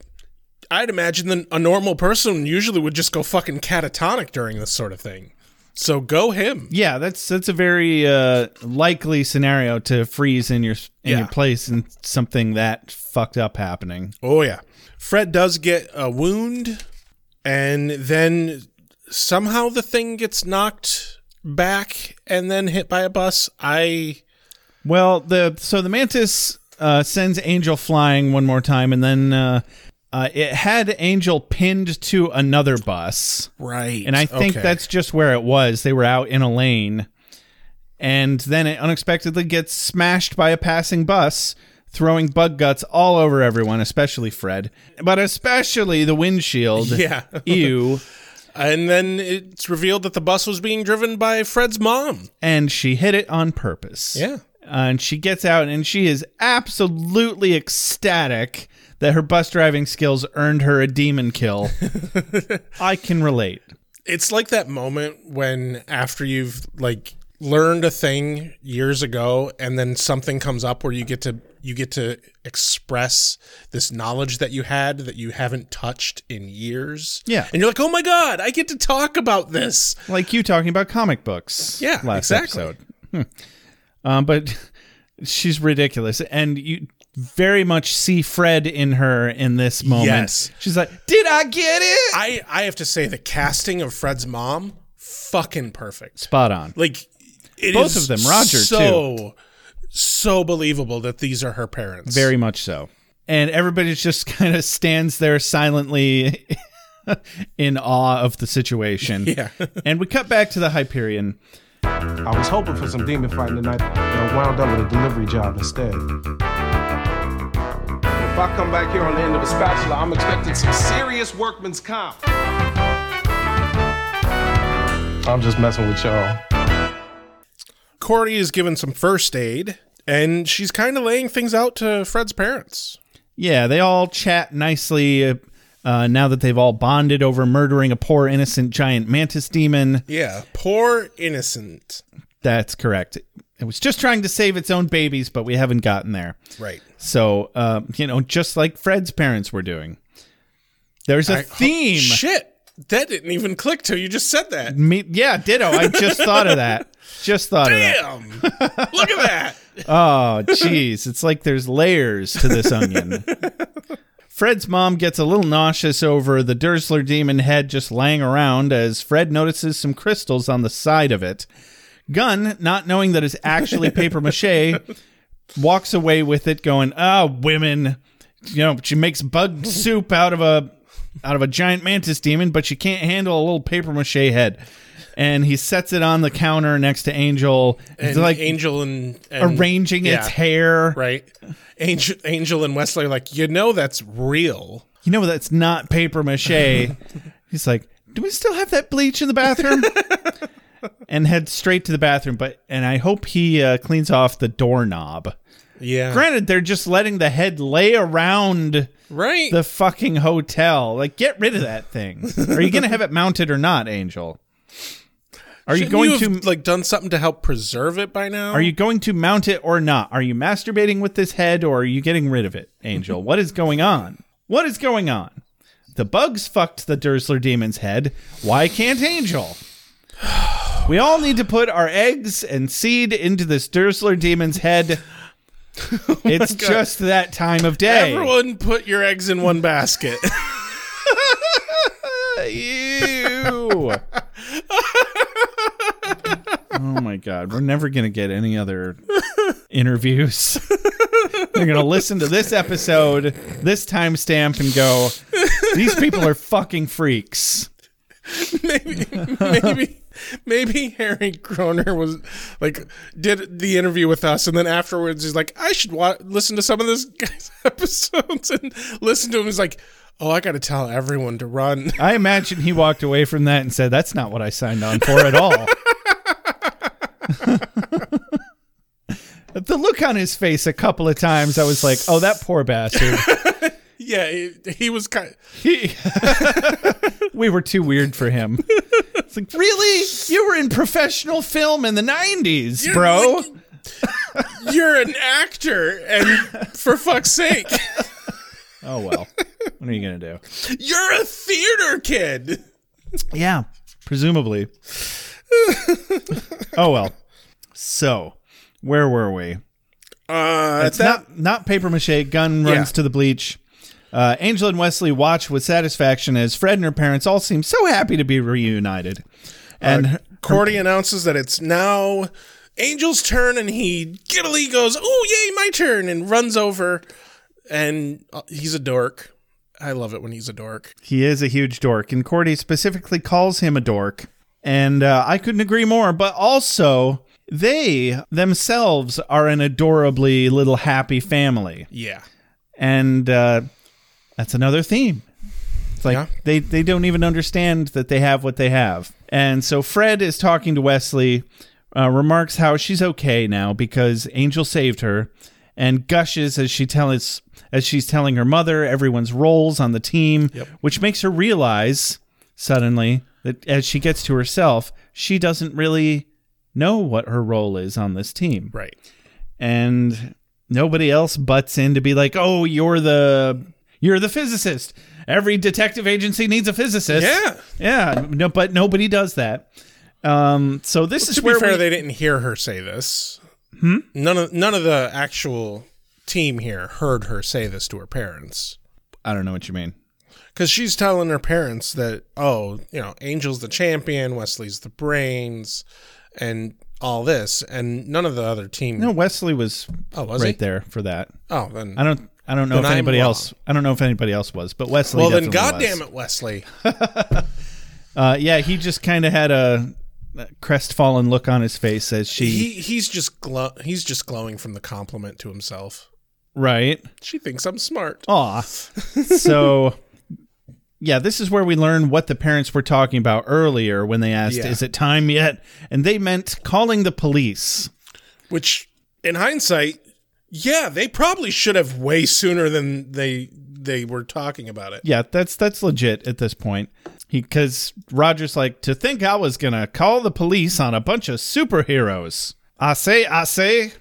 Speaker 7: I'd imagine that a normal person usually would just go fucking catatonic during this sort of thing. So go him.
Speaker 8: Yeah, that's that's a very uh, likely scenario to freeze in your in
Speaker 7: Yeah.
Speaker 8: your place and something that fucked up happening.
Speaker 7: Oh yeah. Fred does get a wound and then somehow the thing gets knocked back and then hit by a bus. I
Speaker 8: Well, the so the mantis uh, sends Angel flying one more time, and then uh, Uh, it had Angel pinned to another bus.
Speaker 7: Right.
Speaker 8: And I think
Speaker 7: Okay.
Speaker 8: that's just where it was. They were out in a lane. And then it unexpectedly gets smashed by a passing bus, throwing bug guts all over everyone, especially Fred, but especially the windshield.
Speaker 7: Yeah.
Speaker 8: Ew.
Speaker 7: And then it's revealed that the bus was being driven by Fred's mom.
Speaker 8: And she hit it on purpose.
Speaker 7: Yeah.
Speaker 8: and she gets out and she is absolutely ecstatic that her bus driving skills earned her a demon kill. I can relate.
Speaker 7: It's like that moment when after you've like learned a thing years ago and then something comes up where you get to you get to express this knowledge that you had that you haven't touched in years.
Speaker 8: Yeah.
Speaker 7: And you're like, "Oh my god, I get to talk about this."
Speaker 8: Like you talking about comic books.
Speaker 7: Yeah,
Speaker 8: last
Speaker 7: exactly.
Speaker 8: episode. Hmm. Um, but she's ridiculous, and you very much see Fred in her in this moment.
Speaker 7: Yes.
Speaker 8: she's like, "Did I get it?"
Speaker 7: I I have to say the casting of Fred's mom fucking perfect.
Speaker 8: Spot on.
Speaker 7: Like it is
Speaker 8: Both of them, Roger,
Speaker 7: so, So believable that these are her parents.
Speaker 8: Very much so. And everybody just kind of stands there silently in awe of the situation.
Speaker 7: Yeah.
Speaker 8: and we cut back to the Hyperion.
Speaker 10: I was hoping for some demon fighting tonight, and I wound up with a delivery job instead. If I come back here on the end of a spatula, I'm expecting some serious workman's comp. I'm just messing with y'all.
Speaker 7: Cordy is given some first aid, and she's kind of laying things out to Fred's parents.
Speaker 8: Yeah, they all chat nicely uh, uh, now that they've all bonded over murdering a poor innocent giant mantis demon.
Speaker 7: Yeah, poor innocent.
Speaker 8: That's correct. It was just trying to save its own babies, but we haven't gotten there.
Speaker 7: Right.
Speaker 8: So, uh, you know, just like Fred's parents were doing. There's a
Speaker 7: I-
Speaker 8: theme.
Speaker 7: Shit, that didn't even click till you just said that.
Speaker 8: Me, yeah, ditto. I just thought of that. Just thought of that.
Speaker 7: Damn! Look at that.
Speaker 8: Oh, jeez. It's like there's layers to this onion. Fred's mom gets a little nauseous over the Dursler demon head just laying around as Fred notices some crystals on the side of it. Gunn, not knowing that it's actually paper mache, walks away with it going, "Ah, women. You know, she makes bug soup out of a out of a giant mantis demon, but she can't handle a little paper mache head." And he sets it on the counter next to Angel.
Speaker 7: And
Speaker 8: He's like
Speaker 7: Angel and, and-
Speaker 8: arranging
Speaker 7: yeah,
Speaker 8: its hair.
Speaker 7: Right. Angel, Angel and Wesley are like, you know, that's real.
Speaker 8: You know that's not paper mache. He's like, "Do we still have that bleach in the bathroom?" and heads straight to the bathroom. But and I hope he uh, cleans off the doorknob.
Speaker 7: Yeah.
Speaker 8: Granted, they're just letting the head lay around
Speaker 7: right.
Speaker 8: the fucking hotel. Like, get rid of that thing. Are you going to have it mounted or not, Angel? Are you
Speaker 7: Shouldn't
Speaker 8: going
Speaker 7: have,
Speaker 8: to
Speaker 7: like done something to help preserve it by now?
Speaker 8: Are you going to mount it or not? Are you masturbating with this head or are you getting rid of it, Angel? what is going on? What is going on? The bugs fucked the Dursler demon's head. Why can't Angel? We all need to put our eggs and seed into this Dursler demon's head. it's just that time of day.
Speaker 7: Everyone put your eggs in one basket.
Speaker 8: Ew. oh my god, we're never gonna get any other interviews. They're gonna listen to this episode, this timestamp, and go, "These people are fucking freaks."
Speaker 7: maybe, maybe, maybe Harry Croner was like did the interview with us, and then afterwards he's like, I should wa- listen to some of this guy's episodes and listen to him. He's like, Oh, I got to tell everyone to run.
Speaker 8: I imagine he walked away from that and said, "That's not what I signed on for at all." the look on his face a couple of times, I was like, "Oh, that poor bastard."
Speaker 7: yeah, he, he was kind.
Speaker 8: He- we were too weird for him. It's like, really? You were in professional film in the 90s,
Speaker 7: You're
Speaker 8: bro.
Speaker 7: like- You're an actor, and for fuck's sake,
Speaker 8: oh, well. What are you going to do?
Speaker 7: you're a theater kid.
Speaker 8: Yeah, presumably. oh, well. So, where were we?
Speaker 7: Uh,
Speaker 8: It's not, not paper mache. Gun runs
Speaker 7: Yeah.
Speaker 8: to the bleach. Uh, Angel and Wesley watch with satisfaction as Fred and her parents all seem so happy to be reunited. And
Speaker 7: Uh,
Speaker 8: her-
Speaker 7: Cordy announces that it's now Angel's turn, and he giddily goes, "Oh yay, my turn!" and runs over, and uh, he's a dork. I love it when he's a dork.
Speaker 8: He is a huge dork, and Cordy specifically calls him a dork. And uh, I couldn't agree more. But also, they themselves are an adorably little happy family.
Speaker 7: Yeah.
Speaker 8: And uh, that's another theme. It's like
Speaker 7: Yeah.
Speaker 8: they, they don't even understand that they have what they have. And so Fred is talking to Wesley, uh, remarks how she's okay now because Angel saved her, and gushes as she tells as she's telling her mother everyone's roles on the team, which makes her realize suddenly that as she gets to herself, she doesn't really know what her role is on this team
Speaker 7: Right.
Speaker 8: and nobody else butts in to be like, "Oh, you're the you're the physicist. Every detective agency needs a physicist."
Speaker 7: Yeah.
Speaker 8: yeah. No, but nobody does that. Um, so this is
Speaker 7: To be
Speaker 8: where
Speaker 7: fair,
Speaker 8: we-
Speaker 7: they didn't hear her say this. Hmm? None of none of the actual team here heard her say this to her parents.
Speaker 8: I don't know what you mean.
Speaker 7: Because she's telling her parents that, oh, you know, Angel's the champion, Wesley's the brains, and all this, and none of the other team.
Speaker 8: No, Wesley was,
Speaker 7: Oh, Mm. was
Speaker 8: right
Speaker 7: he?
Speaker 8: there for that.
Speaker 7: Oh, then.
Speaker 8: I don't. I don't know
Speaker 7: Then
Speaker 8: if
Speaker 7: I'm
Speaker 8: anybody
Speaker 7: wrong.
Speaker 8: else. I don't know if anybody else was, but Wesley.
Speaker 7: well, then,
Speaker 8: definitely
Speaker 7: goddamn
Speaker 8: was.
Speaker 7: it, Wesley.
Speaker 8: Uh, yeah, he just kind of had a a crestfallen look on his face as she.
Speaker 7: He he's just glow- he's just glowing from the compliment to himself.
Speaker 8: right.
Speaker 7: She thinks I'm smart.
Speaker 8: Aw. so, yeah, this is where we learn what the parents were talking about earlier when they asked,
Speaker 7: Yeah.
Speaker 8: Is it time yet? And they meant calling the police.
Speaker 7: Which, in hindsight, yeah, they probably should have way sooner than they they were talking about it.
Speaker 8: Yeah, that's that's legit at this point. Because Roger's like, To think I was going to call the police on a bunch of superheroes. I say, I say.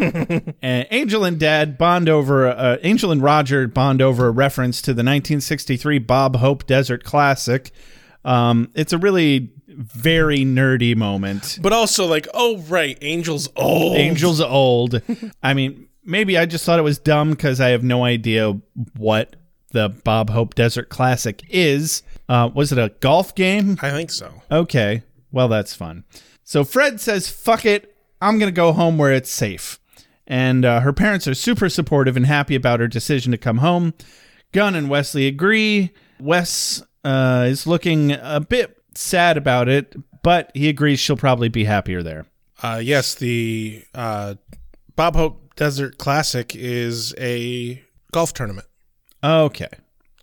Speaker 8: and Angel and Dad bond over, uh, Angel and Roger bond over a reference to the 1963 Bob Hope Desert Classic. Um, it's a really very nerdy moment.
Speaker 7: But also, like, oh right, Angel's oh, old.
Speaker 8: Angel's old. I mean, maybe I just thought it was dumb because I have no idea what the Bob Hope Desert Classic is. Uh, was it a golf game?
Speaker 7: I think so.
Speaker 8: Okay. Well, that's fun. So Fred says, fuck it. I'm going to go home where it's safe. And uh, her parents are super supportive and happy about her decision to come home. Gunn and Wesley agree. Wes uh, is looking a bit sad about it, but he agrees she'll probably be happier there.
Speaker 7: Uh, yes, the uh, Bob Hope Desert Classic is a golf tournament,
Speaker 8: Okay.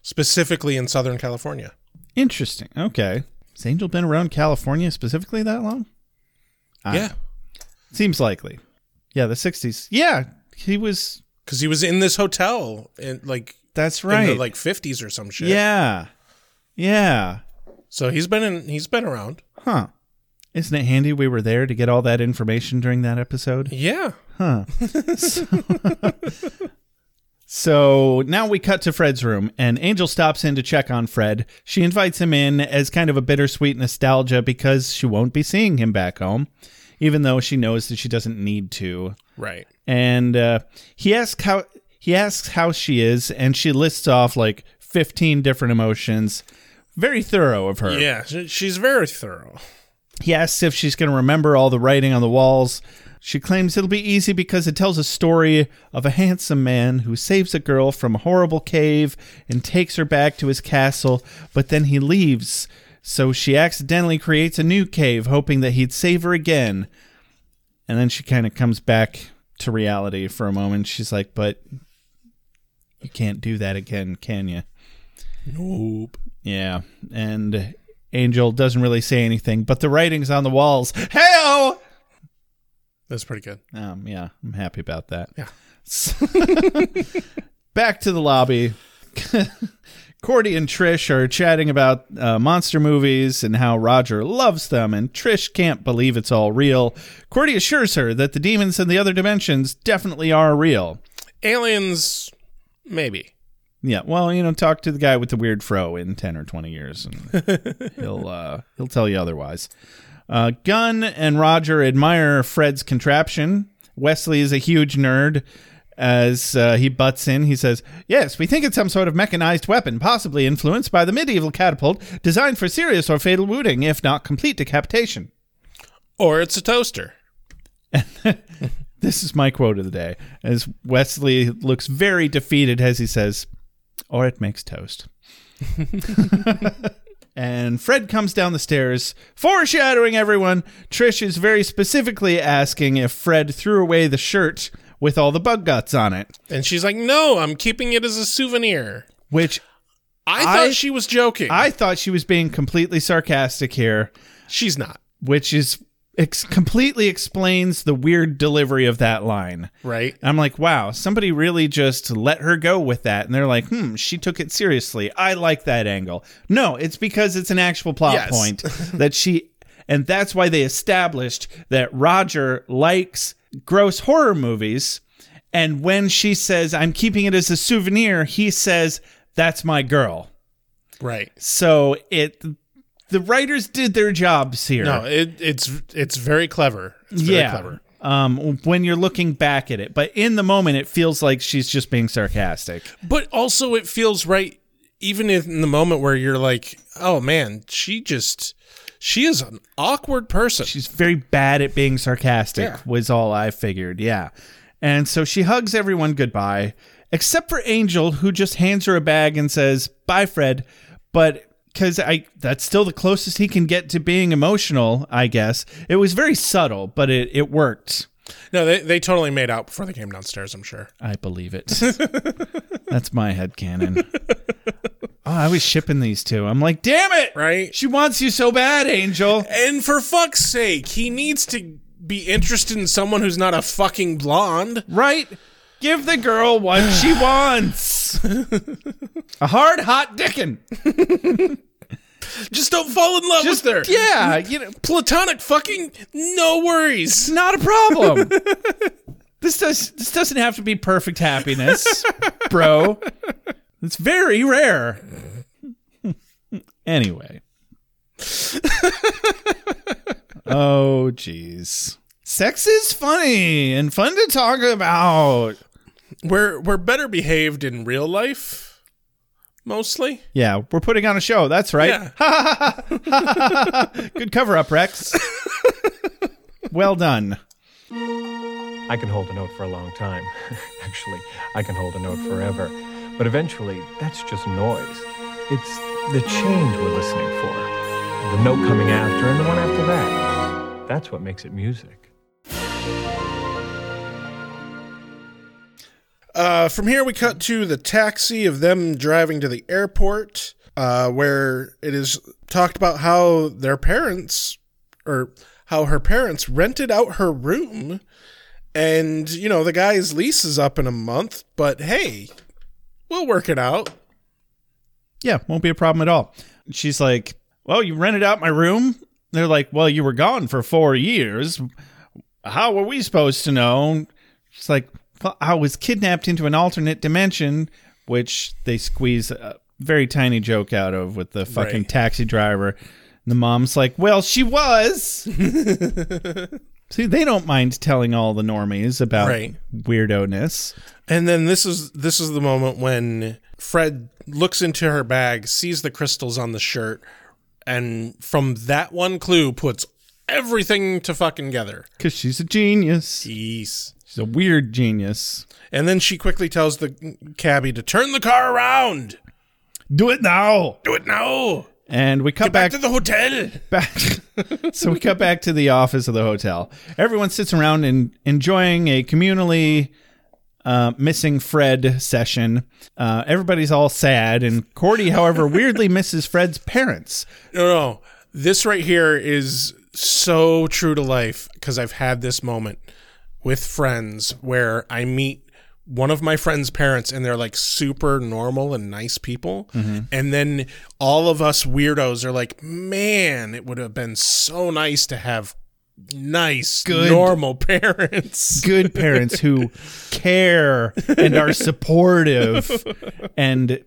Speaker 7: specifically in Southern California.
Speaker 8: Interesting. Okay. Has Angel been around California specifically that long? I-
Speaker 7: Yeah. 'Cause yeah,
Speaker 8: Seems likely. Yeah, the 60s. Yeah, he was.
Speaker 7: because he was in this hotel in like
Speaker 8: That's
Speaker 7: in
Speaker 8: right.
Speaker 7: the like fifties or some shit.
Speaker 8: yeah. Yeah.
Speaker 7: So he's been in. He's been around.
Speaker 8: Huh. Isn't it handy we were there to get all that information during that episode?
Speaker 7: Yeah.
Speaker 8: So now we cut to Fred's room, and Angel stops in to check on Fred. She invites him in as kind of a bittersweet nostalgia because she won't be seeing him back home, even though she knows that she doesn't need to.
Speaker 7: Right.
Speaker 8: and uh, he asks how he asks how she is, and she lists off like fifteen different emotions. Very thorough of her.
Speaker 7: Yeah. she- She's very thorough.
Speaker 8: He asks if she's going to remember all the writing on the walls. She claims it'll be easy because it tells a story of a handsome man who saves a girl from a horrible cave and takes her back to his castle, but then he leaves. So she accidentally creates a new cave, hoping that he'd save her again. And then she kind of comes back to reality for a moment. She's like, But you can't do that again, can you?
Speaker 7: Nope.
Speaker 8: Yeah, and Angel doesn't really say anything, but the writing's on the walls. Hell,
Speaker 7: That's pretty good.
Speaker 8: um, yeah, I'm happy about that. Yeah. Back to the lobby. Cordy and Trish are chatting about uh, monster movies and how Roger loves them, and Trish can't believe it's all real. Cordy assures her that the demons in the other dimensions definitely are real.
Speaker 7: Aliens, maybe.
Speaker 8: Yeah, well, you know, talk to the guy with the weird fro in ten or twenty years, and he'll uh, he'll tell you otherwise. Uh, Gunn and Roger admire Fred's contraption. Wesley is a huge nerd. As uh, he butts in, he says, "Yes, we think it's some sort of mechanized weapon, possibly influenced by the medieval catapult, designed for serious or fatal wounding, if not complete decapitation."
Speaker 7: Or it's a toaster.
Speaker 8: This is my quote of the day. As Wesley looks very defeated as he says, or it makes toast. and Fred comes down the stairs, foreshadowing everyone. Trish is very specifically asking if Fred threw away the shirt with all the bug guts on it,
Speaker 7: And she's like, "No, I'm keeping it as a souvenir."
Speaker 8: which
Speaker 7: I thought
Speaker 8: I-
Speaker 7: she was joking.
Speaker 8: I thought she was being completely sarcastic here,
Speaker 7: she's not.
Speaker 8: which is ex- completely explains the weird delivery of that line.
Speaker 7: Right.
Speaker 8: I'm like, wow, somebody really just let her go with that. And they're like, hmm, she took it seriously. I like that angle. No, it's because it's an actual plot
Speaker 7: Yes.
Speaker 8: point that she, and that's why they established that Roger likes gross horror movies. And when she says, I'm keeping it as a souvenir, he says, that's my girl.
Speaker 7: Right.
Speaker 8: So it, the writers did their jobs here.
Speaker 7: No, it, it's it's very clever. It's very clever.
Speaker 8: Um, when you're looking back at it, but in the moment, it feels like she's just being sarcastic.
Speaker 7: But also it feels right even if in the moment where you're like, "Oh man, she just she is an awkward person."
Speaker 8: She's very bad at being sarcastic,
Speaker 7: Yeah.
Speaker 8: was all I figured. Yeah. And so she hugs everyone goodbye, except for Angel, who just hands her a bag and says, Bye, Fred. But because I that's still the closest he can get to being emotional, I guess. It was very subtle, but it, it worked.
Speaker 7: no, they they totally made out before they came downstairs, I'm sure.
Speaker 8: I believe it. That's my headcanon. Oh, I was shipping these two. I'm like, damn it!
Speaker 7: Right?
Speaker 8: She wants you so bad, Angel.
Speaker 7: And for fuck's sake, he needs to be interested in someone who's not a fucking blonde.
Speaker 8: Right? Give the girl what she wants. A hard, hot dickin'.
Speaker 7: Just don't fall in love
Speaker 8: Just
Speaker 7: with her.
Speaker 8: Yeah, you know,
Speaker 7: Platonic fucking no worries.
Speaker 8: not a problem. this does this doesn't have to be perfect happiness, bro. It's very rare. anyway. oh jeez. Sex is funny and fun to talk about.
Speaker 7: We're we're better behaved in real life. Mostly.
Speaker 8: Yeah, we're putting on a show. That's right.
Speaker 7: Yeah.
Speaker 8: Good cover up, Rex. well done.
Speaker 11: I can hold a note for a long time. Actually, I can hold a note forever. But eventually, that's just noise. It's the change we're listening for. The note coming after and the one after that. That's what makes it music.
Speaker 7: Uh, from here, we cut to the taxi of them driving to the airport, uh, where it is talked about how their parents, or how her parents, rented out her room. And, you know, the guy's lease is up in a month, but hey, we'll work it out.
Speaker 8: Yeah, won't be a problem at all. She's like, Well, you rented out my room? They're like, Well, you were gone for four years. How were we supposed to know? She's like, Well, I was kidnapped into an alternate dimension, which they squeeze a very tiny joke out of with the fucking
Speaker 7: Right.
Speaker 8: taxi driver. And the mom's like, Well, she was. See, they don't mind telling all the normies about
Speaker 7: Right.
Speaker 8: weirdo ness.
Speaker 7: And then this is this is the moment when Fred looks into her bag, sees the crystals on the shirt, and from that one clue puts everything to fucking together.
Speaker 8: Because she's a genius.
Speaker 7: Peace.
Speaker 8: She's a weird genius.
Speaker 7: And then she quickly tells the cabbie to turn the car around.
Speaker 8: Do it now.
Speaker 7: Do it now.
Speaker 8: And we cut
Speaker 7: Get back,
Speaker 8: back,
Speaker 7: to the hotel.
Speaker 8: back- so we cut back to the office of the hotel. Everyone sits around and enjoying a communally uh, missing Fred session. Uh, everybody's all sad, and Cordy, however, weirdly misses Fred's parents.
Speaker 7: No, no. This right here is so true to life because I've had this moment with friends where I meet one of my friend's parents and they're like super normal and nice people.
Speaker 8: Mm-hmm.
Speaker 7: And then all of us weirdos are like, man, it would have been so nice to have nice,
Speaker 8: Good.
Speaker 7: normal parents.
Speaker 8: Good parents who care and are supportive and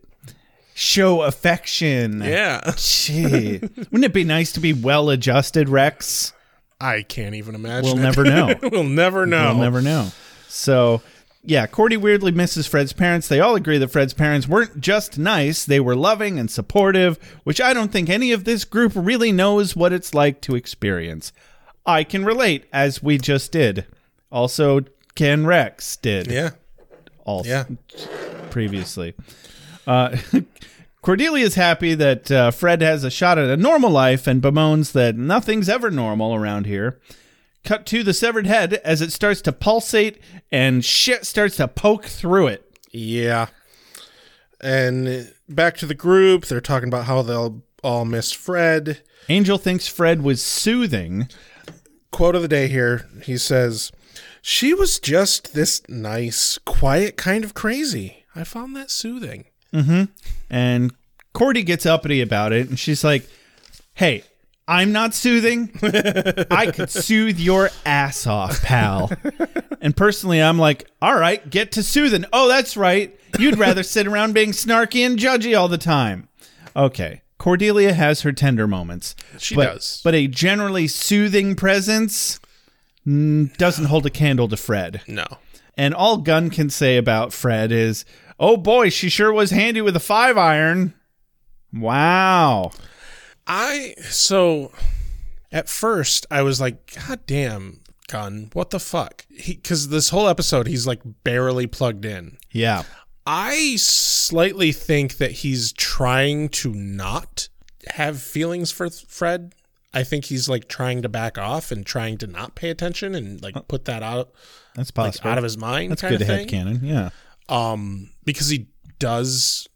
Speaker 8: show affection.
Speaker 7: Yeah.
Speaker 8: Gee, wouldn't it be nice to be well adjusted, Rex?
Speaker 7: I can't even imagine.
Speaker 8: We'll
Speaker 7: it.
Speaker 8: never know.
Speaker 7: we'll never know.
Speaker 8: We'll never know. So, yeah, Cordy weirdly misses Fred's parents. They all agree that Fred's parents weren't just nice, they were loving and supportive, which I don't think any of this group really knows what it's like to experience. I can relate, as we just did. Also, Ken Rex did
Speaker 7: Yeah.
Speaker 8: all
Speaker 7: Yeah.
Speaker 8: previously. Uh, Cordelia's happy that uh, Fred has a shot at a normal life and bemoans that nothing's ever normal around here. Cut to the severed head as it starts to pulsate and shit starts to poke through it.
Speaker 7: Yeah. And back to the group, they're talking about how they'll all miss Fred.
Speaker 8: Angel thinks Fred was soothing.
Speaker 7: Quote of the day here he says, She was just this nice, quiet kind of crazy. I found that soothing.
Speaker 8: Mm-hmm. And Cordy gets uppity about it, and she's like, "Hey, I'm not soothing. I could soothe your ass off, pal." and personally, I'm like, "All right, get to soothing." Oh, that's right. You'd rather sit around being snarky and judgy all the time. Okay. Cordelia has her tender moments.
Speaker 7: She
Speaker 8: but,
Speaker 7: does.
Speaker 8: But a generally soothing presence mm, doesn't hold a candle to Fred.
Speaker 7: No.
Speaker 8: And all Gunn can say about Fred is, oh boy, she sure was handy with a five iron. Wow.
Speaker 7: I so at first I was like, God damn, gun, what the fuck? Because this whole episode he's like barely plugged in.
Speaker 8: Yeah.
Speaker 7: I slightly think that he's trying to not have feelings for th- Fred. I think he's like trying to back off and trying to not pay attention and like put that out.
Speaker 8: That's
Speaker 7: like,
Speaker 8: possible.
Speaker 7: out of his mind.
Speaker 8: That's
Speaker 7: kind
Speaker 8: good
Speaker 7: of
Speaker 8: head
Speaker 7: thing.
Speaker 8: cannon. Yeah.
Speaker 7: um because he does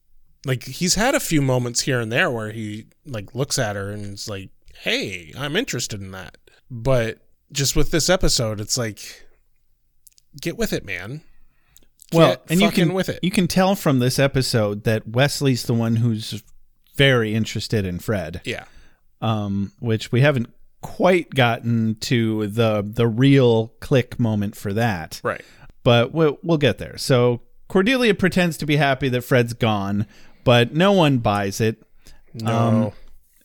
Speaker 7: like he's had a few moments here and there where he like looks at her and is like hey i'm interested in that but just with this episode it's like get with it man
Speaker 8: Well,
Speaker 7: Get
Speaker 8: and you
Speaker 7: fucking
Speaker 8: can
Speaker 7: with it
Speaker 8: you can tell from this episode that Wesley's the one who's very interested in Fred.
Speaker 7: yeah
Speaker 8: um, which we haven't quite gotten to the the real click moment for that.
Speaker 7: Right.
Speaker 8: But we'll, we'll get there. So Cordelia pretends to be happy that Fred's gone, but no one buys it.
Speaker 7: no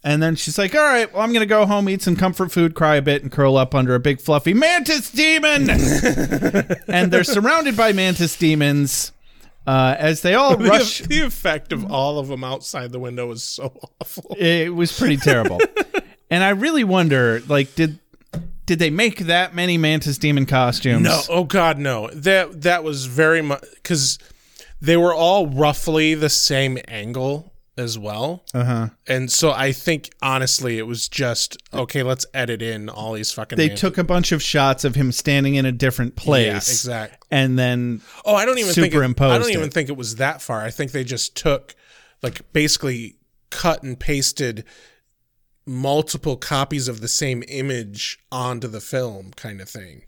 Speaker 8: and then she's like, "All right, well, I'm gonna go home, eat some comfort food, cry a bit, and curl up under a big fluffy mantis demon." and they're surrounded by mantis demons uh, as they all
Speaker 7: the,
Speaker 8: rush.
Speaker 7: the effect of all of them outside the window is so awful
Speaker 8: it was pretty terrible. and I really wonder, like, did did they make that many mantis demon costumes?
Speaker 7: No, oh god, no. That that was very much because they were all roughly the same angle as well. Uh huh. And so I think honestly, it was just okay. Let's edit in all these fucking.
Speaker 8: They
Speaker 7: man-
Speaker 8: took a bunch of shots of him standing in a different place.
Speaker 7: Yeah, exact.
Speaker 8: And then
Speaker 7: Oh, I don't even think. It, I
Speaker 8: superimposed
Speaker 7: don't even
Speaker 8: it.
Speaker 7: think it was that far. I think they just took, like, basically cut and pasted multiple copies of the same image onto the film, kind of thing.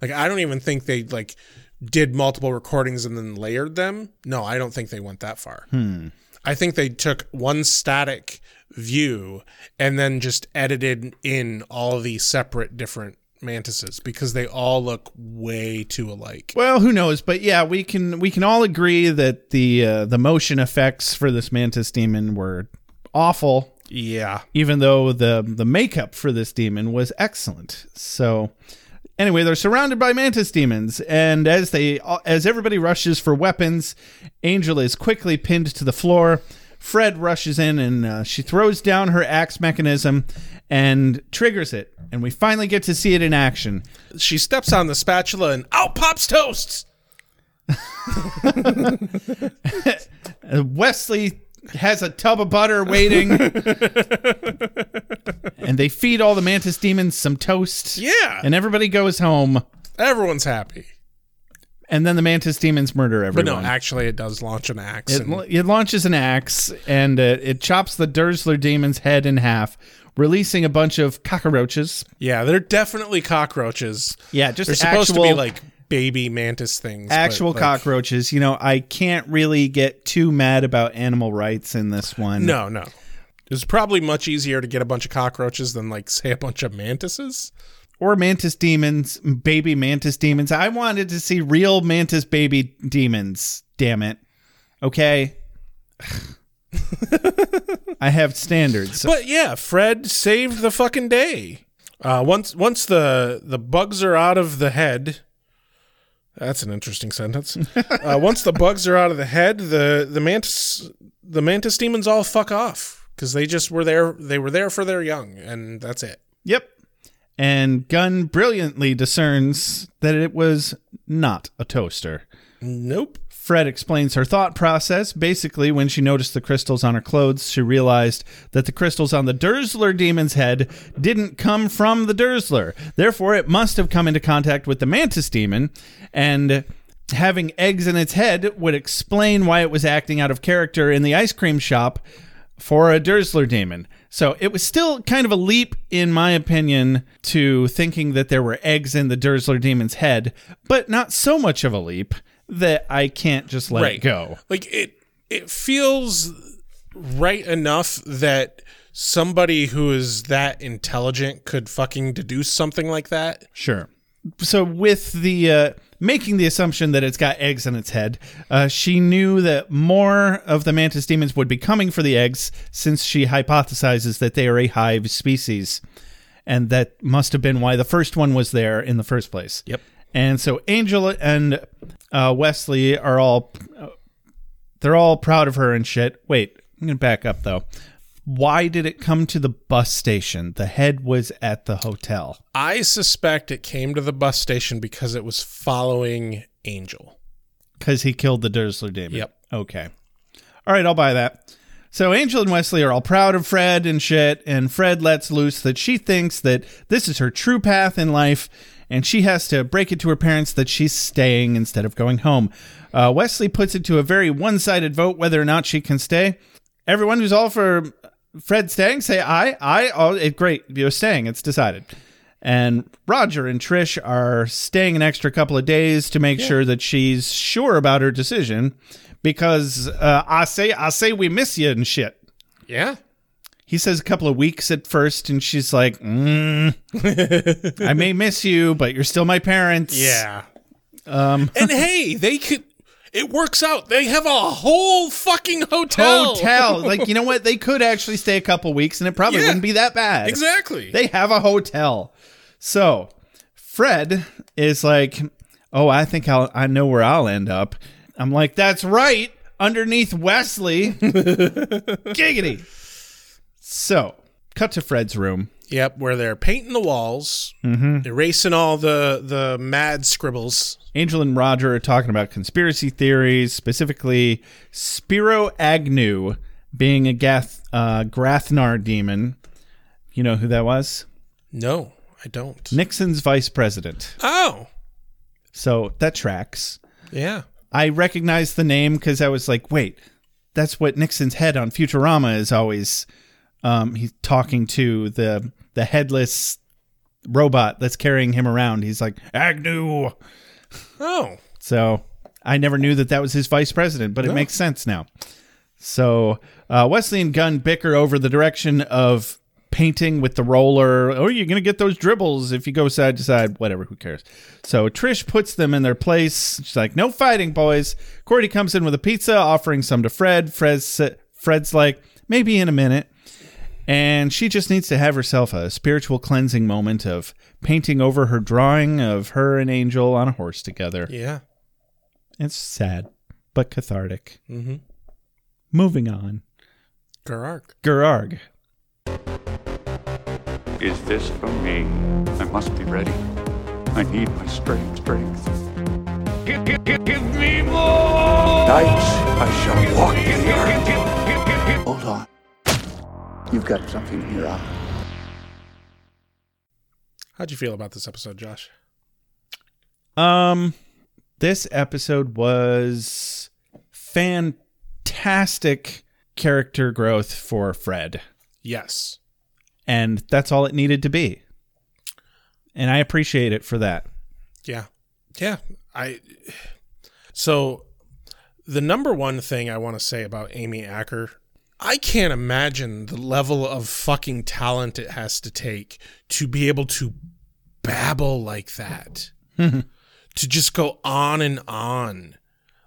Speaker 7: Like, I don't even think they like did multiple recordings and then layered them. No, I don't think they went that far.
Speaker 8: Hmm.
Speaker 7: I think they took one static view and then just edited in all the separate different mantises because they all look way too alike.
Speaker 8: Well, who knows? But yeah, we can we can all agree that the uh, the motion effects for this mantis demon were awful.
Speaker 7: Yeah.
Speaker 8: even though the the makeup for this demon was excellent. So anyway, they're surrounded by mantis demons and as they as everybody rushes for weapons, Angel is quickly pinned to the floor. Fred rushes in and uh, she throws down her axe mechanism and triggers it and we finally get to see it in action.
Speaker 7: she steps on the spatula and out pops toast.
Speaker 8: Uh, Wesley has a tub of butter waiting. and they feed all the mantis demons some toast.
Speaker 7: Yeah.
Speaker 8: And everybody goes home.
Speaker 7: Everyone's happy.
Speaker 8: and then the mantis demons murder
Speaker 7: But
Speaker 8: everyone.
Speaker 7: no, actually, it does launch an axe.
Speaker 8: it,
Speaker 7: and-
Speaker 8: la- it launches an axe and uh, it chops the Dursler demon's head in half, releasing a bunch of cockroaches.
Speaker 7: yeah, they're definitely cockroaches.
Speaker 8: Yeah, just
Speaker 7: they're supposed to be
Speaker 8: actual-
Speaker 7: like baby mantis things. but,
Speaker 8: Actual
Speaker 7: like,
Speaker 8: cockroaches. You know, I can't really get too mad about animal rights in this one.
Speaker 7: No, no. It was probably much easier to get a bunch of cockroaches than like say a bunch of mantises.
Speaker 8: Or mantis demons, baby mantis demons. I wanted to see real mantis baby demons. Damn it. Okay. I have standards.
Speaker 7: But yeah, Fred saved the fucking day. Uh, once once the the bugs are out of the head, that's an interesting sentence. uh, once the bugs are out of the head, the the mantis the mantis demons all fuck off because they just were there. They were there for their young, and that's it.
Speaker 8: Yep. And Gunn brilliantly discerns that it was not a toaster.
Speaker 7: Nope.
Speaker 8: Fred explains her thought process. Basically, when she noticed the crystals on her clothes, she realized that the crystals on the Dursler demon's head didn't come from the Dursler. Therefore, it must have come into contact with the Mantis demon, and having eggs in its head would explain why it was acting out of character in the ice cream shop for a Dursler demon. So it was still kind of a leap, in my opinion, to thinking that there were eggs in the Dursler demon's head, but not so much of a leap that I can't just let
Speaker 7: right.
Speaker 8: it go.
Speaker 7: Like it it feels right enough that somebody who is that intelligent could fucking deduce something like that.
Speaker 8: Sure. So with the uh, making the assumption that it's got eggs in its head, uh, she knew that more of the mantis demons would be coming for the eggs, since she hypothesizes that they are a hive species, and that must have been why the first one was there in the first place.
Speaker 7: Yep.
Speaker 8: And so Angel and uh, Wesley are all they're all proud of her and shit. Wait, I'm gonna back up though. Why did it come to the bus station? The head was at the hotel.
Speaker 7: I suspect it came to the bus station because it was following Angel.
Speaker 8: Because he killed the Dursler demon.
Speaker 7: Yep.
Speaker 8: Okay. All right, I'll buy that. So Angel and Wesley are all proud of Fred and shit, and Fred lets loose that she thinks that this is her true path in life, and she has to break it to her parents that she's staying instead of going home. Uh, Wesley puts it to a very one sided vote whether or not she can stay. Everyone who's all for Fred staying, say aye. Aye. Oh, it, great. You're staying. It's decided. And Roger and Trish are staying an extra couple of days to make sure that she's sure about her decision because uh, I say, I say we miss you and shit.
Speaker 7: Yeah.
Speaker 8: He says a couple of weeks at first, and she's like, mm, I may miss you, but you're still my parents.
Speaker 7: Yeah.
Speaker 8: Um,
Speaker 7: And hey, they could it works out. They have a whole fucking hotel.
Speaker 8: hotel. like, you know what? They could actually stay a couple weeks and it probably
Speaker 7: Yeah.
Speaker 8: wouldn't be that bad.
Speaker 7: Exactly.
Speaker 8: They have a hotel. So Fred is like, Oh, I think I'll I know where I'll end up. I'm like, that's right, underneath Wesley. Giggity. So cut to Fred's room.
Speaker 7: Yep, where they're painting the walls,
Speaker 8: Mm-hmm.
Speaker 7: erasing all the the mad scribbles.
Speaker 8: Angel and Roger are talking about conspiracy theories, specifically Spiro Agnew being a Gath, uh, Grathnar demon. You know who that was?
Speaker 7: No, I don't.
Speaker 8: Nixon's vice president.
Speaker 7: Oh,
Speaker 8: So that tracks.
Speaker 7: yeah.
Speaker 8: I recognized the name because I was like, wait, that's what Nixon's head on Futurama is always. Um, he's talking to the the headless robot that's carrying him around. He's like Agnew.
Speaker 7: Oh,
Speaker 8: So I never knew that that was his vice president, but it makes sense now. So uh, Wesley and Gunn bicker over the direction of painting with the roller. Oh, you're going to get those dribbles if you go side to side. Whatever, who cares? So Trish puts them in their place. She's like, no fighting, boys. Cordy comes in with a pizza, offering some to Fred. Fred's, Fred's like, maybe in a minute. And she just needs to have herself a spiritual cleansing moment of painting over her drawing of her and Angel on a horse together.
Speaker 7: yeah.
Speaker 8: It's sad, but cathartic.
Speaker 7: Mhm.
Speaker 8: Moving on.
Speaker 7: Garark.
Speaker 8: Gerarg.
Speaker 12: Is this for me? I must be ready. I need my strength. Strength.
Speaker 13: Give, give, give, give me more!
Speaker 12: Nights I shall walk in the earth.
Speaker 9: Hold on. You've got something here. I-
Speaker 7: How'd you feel about this episode, Josh?
Speaker 8: Um this episode was fantastic character growth for Fred.
Speaker 7: Yes.
Speaker 8: And that's all it needed to be. And I appreciate it for that.
Speaker 7: Yeah. Yeah. I So the number one thing I want to say about Amy Acker, I can't imagine the level of fucking talent it has to take to be able to babble like that. to just go on and on.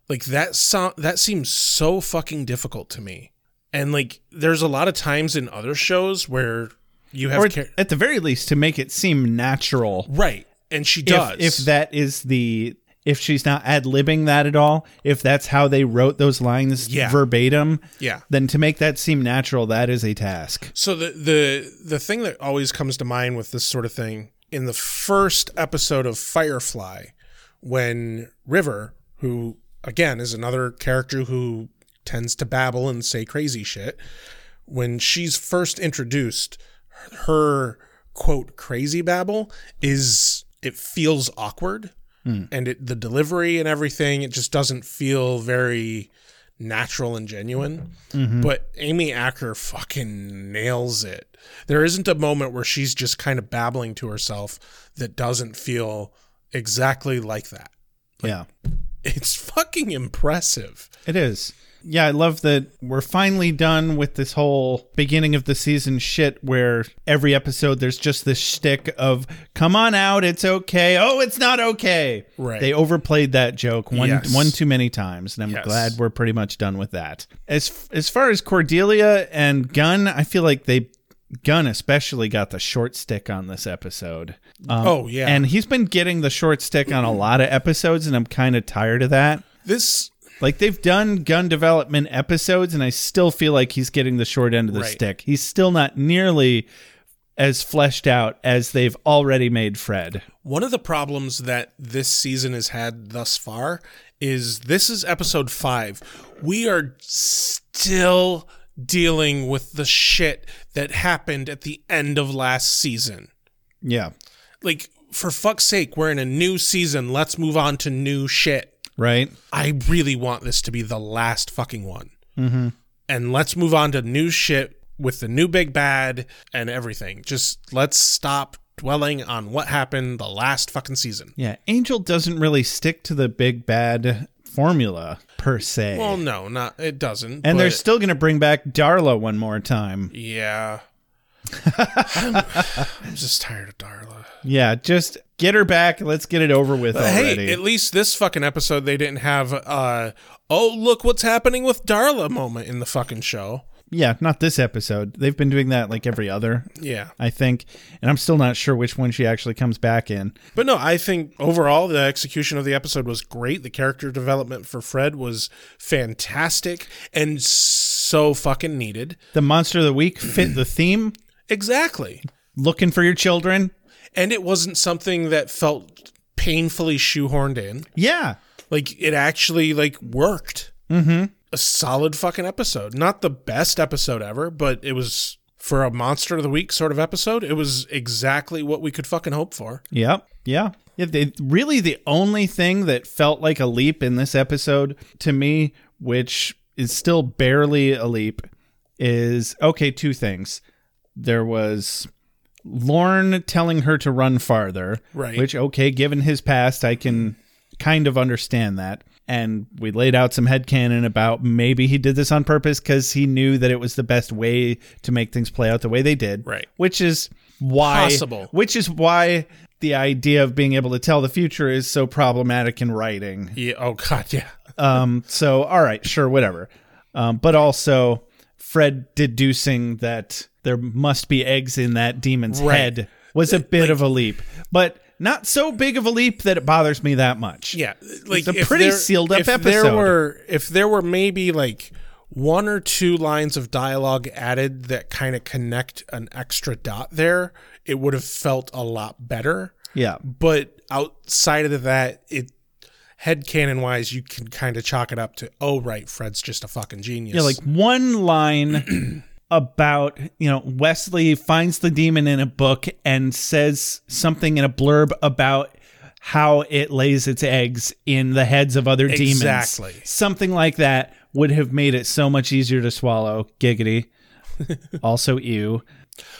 Speaker 7: Like that sound that seems so fucking difficult to me. And like there's a lot of times in other shows where you have
Speaker 8: Or
Speaker 7: char-
Speaker 8: at the very least to make it seem natural.
Speaker 7: right and she
Speaker 8: If-
Speaker 7: does.
Speaker 8: If, that is the if she's not ad libbing that at all, if that's how they wrote those lines
Speaker 7: Yeah.
Speaker 8: verbatim,
Speaker 7: Yeah.
Speaker 8: then to make that seem natural, that is a task.
Speaker 7: So the the the thing that always comes to mind with this sort of thing in the first episode of Firefly, when River, who again, is another character who tends to babble and say crazy shit. When she's first introduced, her quote crazy babble is it feels awkward
Speaker 14: Hmm.
Speaker 7: and it the delivery and everything it just doesn't feel very natural and genuine
Speaker 14: Mhm.
Speaker 7: but amy acker fucking nails it there isn't a moment where she's just kind of babbling to herself that doesn't feel exactly like that
Speaker 8: Yeah.
Speaker 7: it's fucking impressive
Speaker 8: It is. Yeah, I love that we're finally done with this whole beginning of the season shit where every episode there's just this shtick of come on out, it's okay. Oh, it's not okay.
Speaker 7: Right.
Speaker 8: They overplayed that joke one
Speaker 7: Yes.
Speaker 8: one too many times, and I'm
Speaker 7: Yes.
Speaker 8: glad we're pretty much done with that. As as far as Cordelia and Gunn, I feel like they Gunn especially got the short stick on this episode.
Speaker 7: Oh, yeah.
Speaker 8: And he's been getting the short stick on a lot of episodes, and I'm kind of tired of that.
Speaker 7: This
Speaker 8: like they've done gun development episodes, and I still feel like he's getting the short end of the
Speaker 7: Right.
Speaker 8: stick. He's still not nearly as fleshed out as they've already made Fred.
Speaker 7: One of the problems that this season has had thus far is this is episode five. We are still dealing with the shit that happened at the end of last season.
Speaker 8: Yeah.
Speaker 7: Like, for fuck's sake, we're in a new season. Let's move on to new shit.
Speaker 8: Right.
Speaker 7: I really want this to be the last fucking one.
Speaker 14: Mm-hmm.
Speaker 7: And let's move on to new shit with the new big bad and everything. Just let's stop dwelling on what happened the last fucking season.
Speaker 8: Yeah. Angel doesn't really stick to the big bad formula per se.
Speaker 7: Well, no, not it doesn't.
Speaker 8: and they're
Speaker 7: but-
Speaker 8: still going to bring back Darla one more time.
Speaker 7: yeah. I'm, I'm just tired of Darla.
Speaker 8: Yeah, just get her back. Let's get it over with
Speaker 7: But
Speaker 8: already.
Speaker 7: hey, at least this fucking episode they didn't have uh oh look what's happening with Darla moment in the fucking show.
Speaker 8: yeah, not this episode. They've been doing that like every other.
Speaker 7: Yeah.
Speaker 8: I think. And I'm still not sure which one she actually comes back in.
Speaker 7: But no, I think overall the execution of the episode was great. The character development for Fred was fantastic and so fucking needed.
Speaker 8: The monster of the week fit the theme.
Speaker 7: Exactly.
Speaker 8: Looking for your children.
Speaker 7: And it wasn't something that felt painfully shoehorned in.
Speaker 8: Yeah.
Speaker 7: Like it actually like worked.
Speaker 8: Mm-hmm.
Speaker 7: A solid fucking episode. Not the best episode ever, but it was for a monster of the week sort of episode. It was exactly what we could fucking hope for.
Speaker 8: Yep. Yeah. Yeah. They, really, the only thing that felt like a leap in this episode to me, which is still barely a leap, is okay, two things. There was Lorne telling her to run farther,
Speaker 7: Right.
Speaker 8: Which, okay, given his past, I can kind of understand that. And we laid out some headcanon about maybe he did this on purpose because he knew that it was the best way to make things play out the way they did,
Speaker 7: right?
Speaker 8: Which is why
Speaker 7: Possible.
Speaker 8: which is why the idea of being able to tell the future is so problematic in writing.
Speaker 7: Yeah. Oh god, yeah.
Speaker 8: Um, so all right, sure, whatever. Um, but also Fred deducing that there must be eggs in that demon's
Speaker 7: Right.
Speaker 8: head was a bit of a leap, but not so big of a leap that it bothers me that much.
Speaker 7: Yeah, like
Speaker 8: it's a
Speaker 7: if
Speaker 8: pretty
Speaker 7: there-
Speaker 8: sealed up
Speaker 7: if
Speaker 8: episode.
Speaker 7: There were if there were maybe like one or two lines of dialogue added that kind of connect an extra dot there, it would have felt a lot better.
Speaker 8: yeah,
Speaker 7: But outside of that, it headcanon wise, you can kind of chalk it up to oh right, Fred's just a fucking genius.
Speaker 8: Yeah, like one line about, you know, Wesley finds the demon in a book and says something in a blurb about how it lays its eggs in the heads of other demons.
Speaker 7: Exactly.
Speaker 8: Something like that would have made it so much easier to swallow. Giggity. also, ew.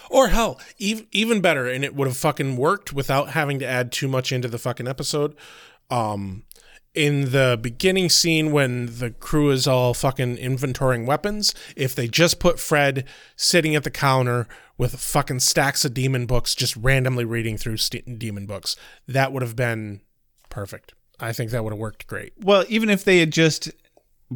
Speaker 7: Or hell, even even better, and it would have fucking worked without having to add too much into the fucking episode. Um, in the beginning scene when the crew is all fucking inventorying weapons, if they just put Fred sitting at the counter with fucking stacks of demon books, just randomly reading through st- demon books, that would have been perfect. I think that would have worked great.
Speaker 8: Well, even if they had just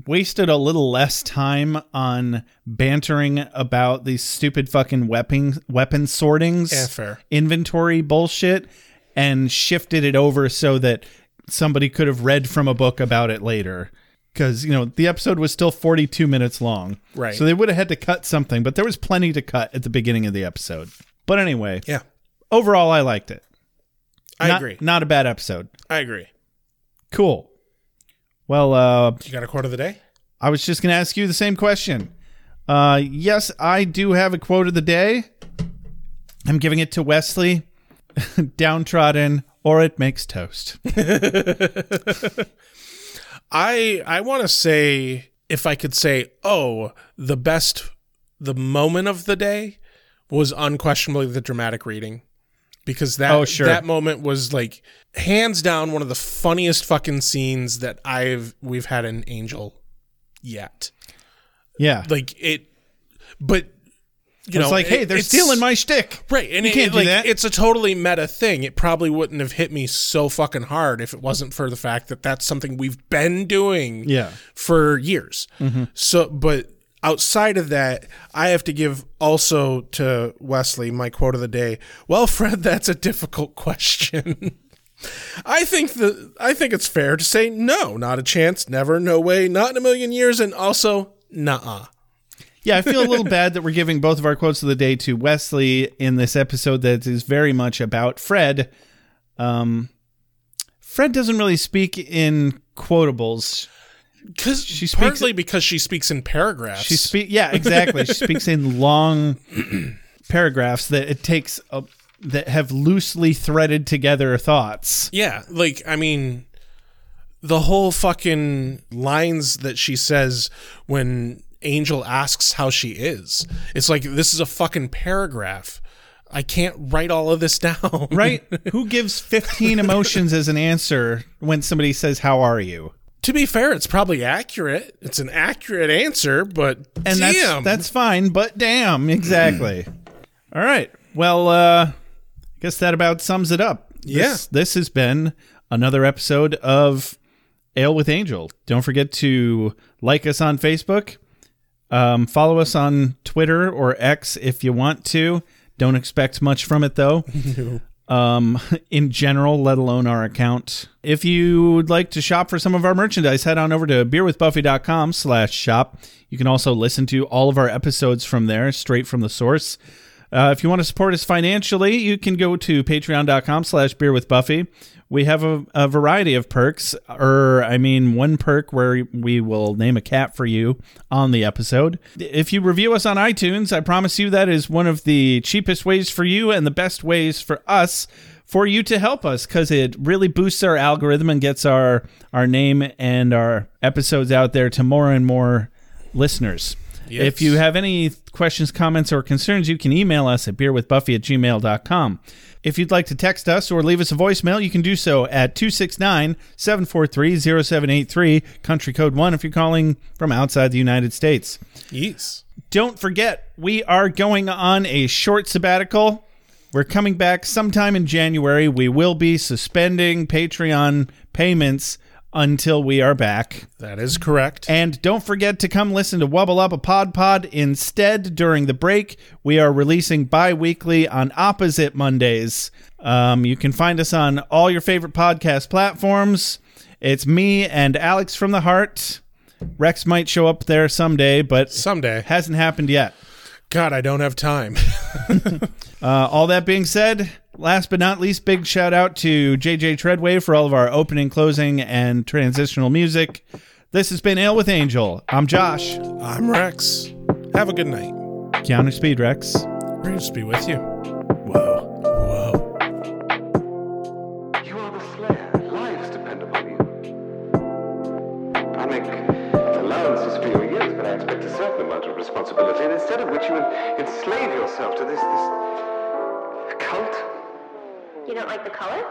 Speaker 8: wasted a little less time on bantering about these stupid fucking weapon weapon sortings,
Speaker 7: Yeah, fair.
Speaker 8: inventory bullshit, and shifted it over so that somebody could have read from a book about it later. Because you know the episode was still forty-two minutes long,
Speaker 7: Right.
Speaker 8: So they would have had to cut something, but there was plenty to cut at the beginning of the episode. But anyway,
Speaker 7: yeah.
Speaker 8: Overall, I liked it.
Speaker 7: I
Speaker 8: Not-
Speaker 7: agree.
Speaker 8: Not a bad episode.
Speaker 7: I agree.
Speaker 8: Cool. Well, uh,
Speaker 7: You got a quote of the day?
Speaker 8: I was just going to ask you the same question. Uh, yes, I do have a quote of the day. I'm giving it to Wesley, downtrodden, or it makes toast.
Speaker 7: I I want to say if I could say, oh, the best the moment of the day was unquestionably the dramatic reading because that
Speaker 8: Oh, sure.
Speaker 7: that moment was like hands down one of the funniest fucking scenes that I've we've had in Angel yet.
Speaker 8: Yeah.
Speaker 7: Like it but you know,
Speaker 8: It's like,
Speaker 7: it-
Speaker 8: hey, they're
Speaker 7: it's-
Speaker 8: stealing my shtick.
Speaker 7: Right, and
Speaker 8: You
Speaker 7: it,
Speaker 8: can't
Speaker 7: it,
Speaker 8: do
Speaker 7: like,
Speaker 8: that.
Speaker 7: It's a totally meta thing. It probably wouldn't have hit me so fucking hard if it wasn't for the fact that that's something we've been doing
Speaker 8: Yeah.
Speaker 7: for years.
Speaker 8: Mhm.
Speaker 7: So, but outside of that, I have to give also to Wesley my quote of the day. Well, Fred, that's a difficult question. I think the I think it's fair to say no, not a chance, never, no way, not in a million years, and also nah.
Speaker 8: yeah, I feel a little bad that we're giving both of our quotes of the day to Wesley in this episode that is very much about Fred. Um, Fred doesn't really speak in quotables.
Speaker 7: Because she
Speaker 8: speaks-
Speaker 7: partly because she speaks in paragraphs.
Speaker 8: She speak yeah, exactly. she speaks in long paragraphs that it takes a, that have loosely threaded together thoughts.
Speaker 7: Yeah, like I mean, the whole fucking lines that she says when Angel asks how she is. It's like this is a fucking paragraph. I can't write all of this down.
Speaker 8: Right? Who gives 15 emotions as an answer when somebody says how are you?
Speaker 7: to be fair, it's probably accurate. It's an accurate answer, but
Speaker 8: And
Speaker 7: damn,
Speaker 8: that's that's fine, but damn, exactly. All right. Well, uh I guess that about sums it up. This-
Speaker 7: Yeah.
Speaker 8: This has been another episode of Ale with Angel. Don't forget to like us on Facebook. Um, follow us on Twitter or X if you want to. Don't expect much from it though. Um, in general, let alone our account. If you would like to shop for some of our merchandise, head on over to beerwithbuffy.com slash shop. You can also listen to all of our episodes from there, straight from the source. Uh, if you want to support us financially, you can go to patreon.com slash beer with Buffy. We have a, a variety of perks, or I mean, one perk where we will name a cat for you on the episode. If you review us on iTunes, I promise you that is one of the cheapest ways for you and the best ways for us for you to help us because it really boosts our algorithm and gets our our name and our episodes out there to more and more listeners.
Speaker 7: Yes.
Speaker 8: If you have any questions, comments, or concerns, you can email us at beerwithbuffy at gmail.com. If you'd like to text us or leave us a voicemail, you can do so at 269 743 0783, country code 1 if you're calling from outside the United States.
Speaker 7: yes.
Speaker 8: Don't forget, we are going on a short sabbatical. We're coming back sometime in January. We will be suspending Patreon payments until we are back.
Speaker 7: That is correct.
Speaker 8: And don't forget to come listen to Wubble Up a Pod Pod instead during the break. We are releasing bi weekly on opposite Mondays. Um, you can find us on all your favorite podcast platforms. It's me and Alex from the Heart. Rex might show up there someday, but
Speaker 7: someday
Speaker 8: hasn't happened yet.
Speaker 7: God, I don't have time.
Speaker 8: Uh, all that being said, last but not least, big shout out to JJ Treadway for all of our opening, closing, and transitional music. This has been Ale with Angel. I'm Josh.
Speaker 7: I'm Rex. Have a good night.
Speaker 8: Counter speed, Rex.
Speaker 7: Great to be with you.
Speaker 14: I make allowances for your years, but I expect a certain amount of responsibility, and instead of which you en- enslave yourself to this, this cult.
Speaker 1: You don't like the color?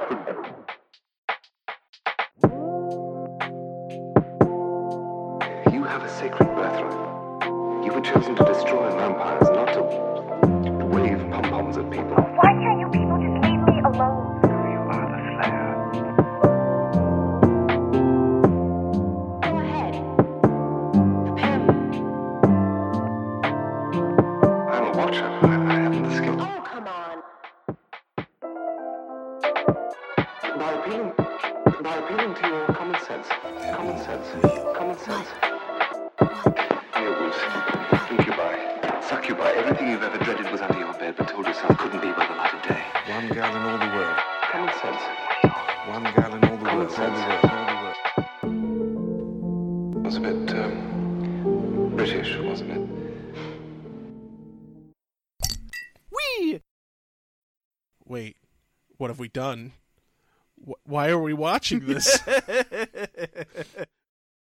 Speaker 14: You have a sacred birthright. You were chosen to destroy vampires, not to wave pom-poms at people. Why can't you people just leave me alone? You are the Slayer. I'm a watcher. I I haven't the skill. Oh, come on. By appealing, by appealing to your common sense. Common sense. Common sense. Here, Bruce. Incubi. Succubi. Everything you've ever dreaded was under your bed, but told yourself couldn't be by the light of day. One girl in all the world. Common sense. One girl in all the world. Common sense. a bit um, British, wasn't it?
Speaker 7: Wee! Wait, what have we done? Wh- Why are we watching this?